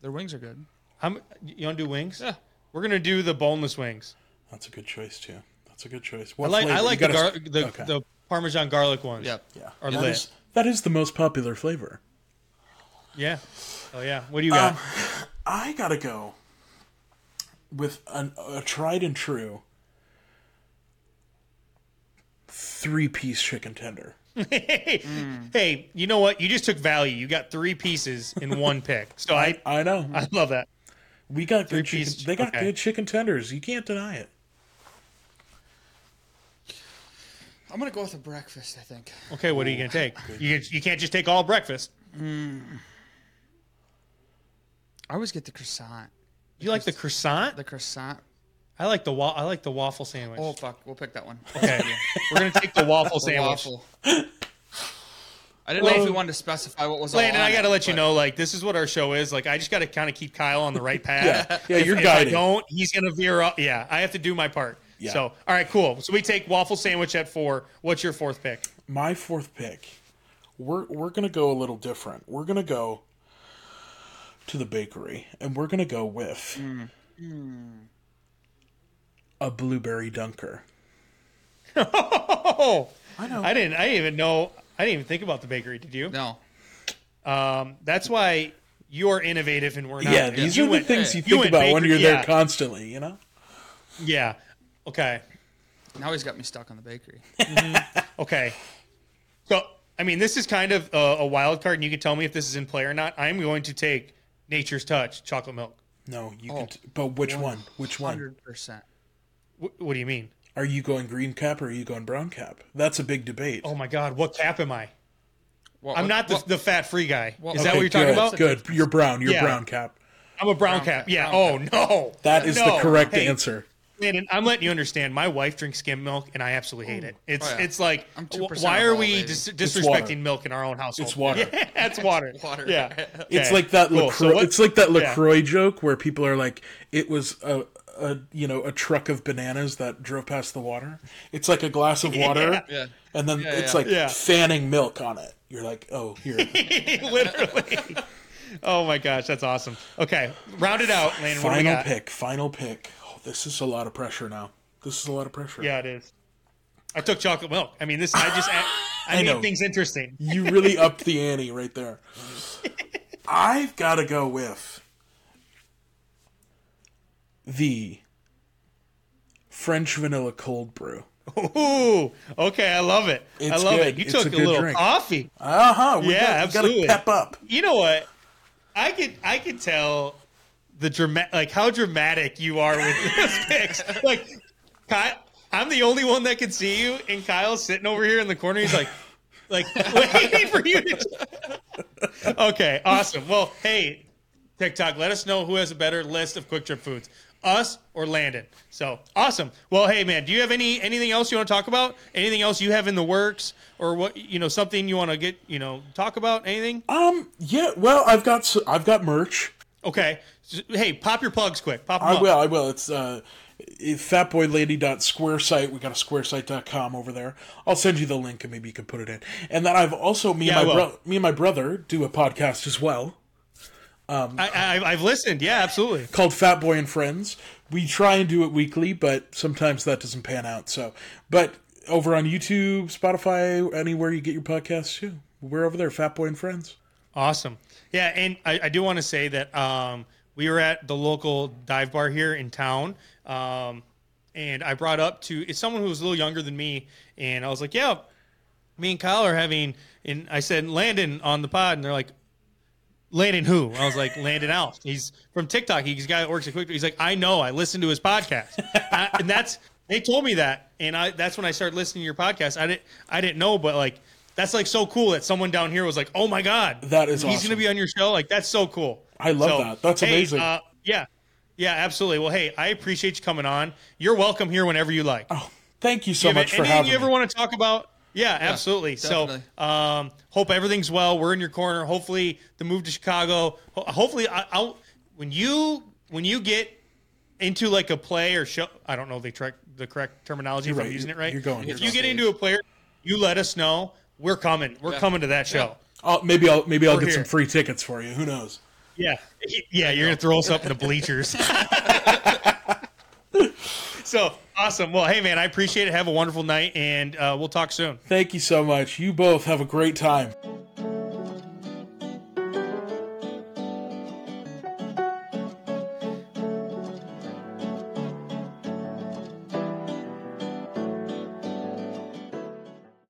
S3: Their wings are good.
S1: I'm, you want to do wings?
S3: Yeah.
S1: We're gonna do the boneless wings.
S2: That's a good choice too. That's a good choice.
S1: I
S2: What
S1: like
S2: flavor?
S1: I
S2: You
S1: like the,
S2: gotta-
S1: gar- the,
S2: okay.
S1: the Parmesan garlic ones.
S3: Yep.
S2: yeah.
S1: are
S2: That
S1: lit.
S2: is- that is the most popular flavor.
S1: Yeah. Oh yeah. What do you
S2: Um,
S1: got?
S2: I gotta go with an, a tried and true three piece chicken tender.
S1: hey, hey, you know what? You just took value. You got three pieces in one pick. So I
S2: I know
S1: I love that.
S2: we got good chicken.
S1: Three-piece-
S2: They got
S1: okay.
S2: good chicken tenders. You can't deny it.
S3: I'm gonna go with a breakfast. I think.
S1: Okay, what are you gonna take? You you can't just take all breakfast.
S3: I always get the croissant.
S1: You like the croissant?
S3: The croissant.
S1: I like the wa- I like the waffle sandwich.
S3: Oh fuck, we'll pick that one.
S1: Okay, we're gonna take the waffle
S3: The
S1: sandwich.
S3: waffle. I didn't know if we wanted to specify what was. all
S1: Landon,
S3: on
S1: I gotta
S3: it,
S1: let you
S3: but-
S1: know, like this is what our show is. Like I just gotta kind of keep Kyle on the right path.
S2: Yeah. Yeah,
S1: If-
S2: you're
S1: if
S2: guiding.
S1: I don't, he's gonna veer off. Yeah, I have to do my part.
S2: Yeah.
S1: So, all right, cool. So we take waffle sandwich at four. What's your fourth pick?
S2: My fourth pick. We're we're gonna go a little different. We're gonna go to the bakery, and we're gonna go with
S1: Mm-hmm.
S2: a blueberry dunker.
S1: Oh,
S2: I know.
S1: I didn't. I didn't even know. I didn't even think about the bakery. Did you?
S3: No.
S1: Um, that's why you're innovative and we're not.
S2: yeah, these
S1: You
S2: are
S1: went-
S2: the things you
S1: you
S2: think
S1: went
S2: about when
S1: bakery-
S2: you're
S1: yeah.
S2: there constantly. You know.
S1: Yeah. Okay.
S3: Now he's got me stuck on the bakery.
S1: Okay. So, I mean, this is kind of a, a wild card, and you can tell me if this is in play or not. I'm going to take Nature's Touch chocolate milk.
S2: No, you
S3: Oh.
S2: can. T- but which one? Which one?
S3: Hundred percent.
S1: Wh- what do you mean?
S2: Are you going green cap or are you going brown cap? That's a big debate.
S1: Oh my God, what cap am I? I'm not the, the fat free guy.
S3: Well-
S1: is that what you're talking
S2: good,
S1: about?
S2: Good. You're brown. You're
S1: Yeah.
S2: brown cap.
S1: I'm a brown,
S3: Brown
S1: cap.
S3: cap,
S1: Yeah.
S3: brown
S1: oh no.
S2: That is
S1: No.
S2: the correct
S1: Hey,
S2: answer.
S1: Landon, I'm letting you understand. My wife drinks skim milk, and I absolutely hate it. It's
S3: Oh, yeah.
S1: it's like,
S3: I'm
S1: wh-
S3: 2%
S1: why
S3: of
S1: are
S3: all,
S1: we
S3: baby.
S1: dis-
S2: water.
S1: disrespecting milk in our own household?
S2: It's water.
S1: Yeah, it's water.
S3: water.
S1: Yeah.
S2: It's
S1: Okay.
S2: like that
S1: Cool.
S2: Lacroix.
S1: So what-
S2: it's like that
S1: yeah.
S2: Lacroix joke where people are like, "It was a, a you know a truck of bananas that drove past the water." It's like a glass of water,
S3: Yeah.
S2: and then
S3: Yeah,
S2: it's
S3: yeah.
S2: like
S1: Yeah.
S2: fanning milk on it. You're like, "Oh, here."
S1: literally. Oh my gosh, that's awesome. Okay, round it out, Landon. what do we
S2: final
S1: got?
S2: pick. Final pick. Oh, this is a lot of pressure now. This is a lot of pressure.
S1: Yeah, it is. I took chocolate milk. I mean, this. I just. I, I,
S2: I
S1: made
S2: know.
S1: things interesting.
S2: You really upped the ante right there. I've got to go with the French vanilla cold brew.
S1: Ooh, okay, I love it. I
S2: It's
S1: love
S2: good.
S1: it. You
S2: It's
S1: took
S2: a
S1: a,
S2: good
S1: little
S2: drink.
S1: coffee.
S2: Uh huh.
S1: Yeah, absolutely.
S2: Got to pep up.
S1: You know what? I could I could tell the dramatic like how dramatic you are with these picks. Like, Kyle, I'm the only one that can see you, and Kyle's sitting over here in the corner. He's like, like waiting for you. to... Okay, awesome. Well, hey, TikTok, let us know who has a better list of quick trip foods, us or Landon. So awesome. Well, hey man, do you have any anything else you want to talk about? Anything else you have in the works, or what you know something you want to get you know talk about? Anything?
S2: Um. Yeah. Well, I've got s- I've got merch.
S1: Okay. S- Hey, pop your plugs quick. Pop them
S2: I
S1: up.
S2: will. I will. It's uh, fatboylady.squaresite. We got a squaresite.com over there. I'll send you the link and maybe you can put it in. And then I've also me
S1: Yeah, I
S2: and my
S1: will.
S2: bro- me and my brother do a podcast as well.
S1: I, I, I've listened. Yeah, absolutely.
S2: called Fat Boy and Friends. We try and do it weekly, but sometimes that doesn't pan out. So, but over on YouTube, Spotify, anywhere you get your podcasts too, we're over there. Fat Boy and Friends.
S1: Awesome. Yeah, and I, I do want to say that um, we were at the local dive bar here in town. Um, and I brought up to it's someone who was a little younger than me, and I was like, "Yeah, me and Kyle are having," and I said, "Landon on the pod," and they're like, "Landon who?" I was like, "Landon Alf. He's from TikTok. He's a guy that works at Quick." He's like, "I know. I listened to his podcast, I, and that's they told me that, and I that's when I started listening to your podcast. I didn't I didn't know, but like." That's like so cool that someone down here was like, "Oh my god,
S2: That is
S1: he's
S2: awesome.
S1: gonna be on your show." Like that's so cool.
S2: I love
S1: So,
S2: that. That's
S1: hey,
S2: amazing.
S1: uh, yeah, yeah, absolutely. Well, hey, I appreciate you coming on. You're welcome here whenever you like.
S2: Oh, thank you so
S1: If
S2: much for
S1: anything
S2: having
S1: you ever
S2: me.
S1: want to talk about? Yeah, absolutely.
S3: definitely.
S1: So, um, hope everything's well. We're in your corner. Hopefully, the move to Chicago. ho- Hopefully, I, I'll when you when you get into like a play or show. I don't know the correct the correct terminology. if
S2: right.
S1: I'm using it
S2: You're-
S1: right.
S2: you're going.
S1: If
S2: You're
S1: you get
S3: going.
S1: into a player, you let us know. We're coming. We're coming to that show.
S2: I'll, maybe I'll maybe I'll
S1: We're
S2: get
S1: here.
S2: some free tickets for you. Who knows?
S1: Yeah, yeah, you're gonna throw us up in the bleachers. so awesome. Well, hey man, I appreciate it. Have a wonderful night, and uh, we'll talk soon.
S2: Thank you so much. You both have a great time.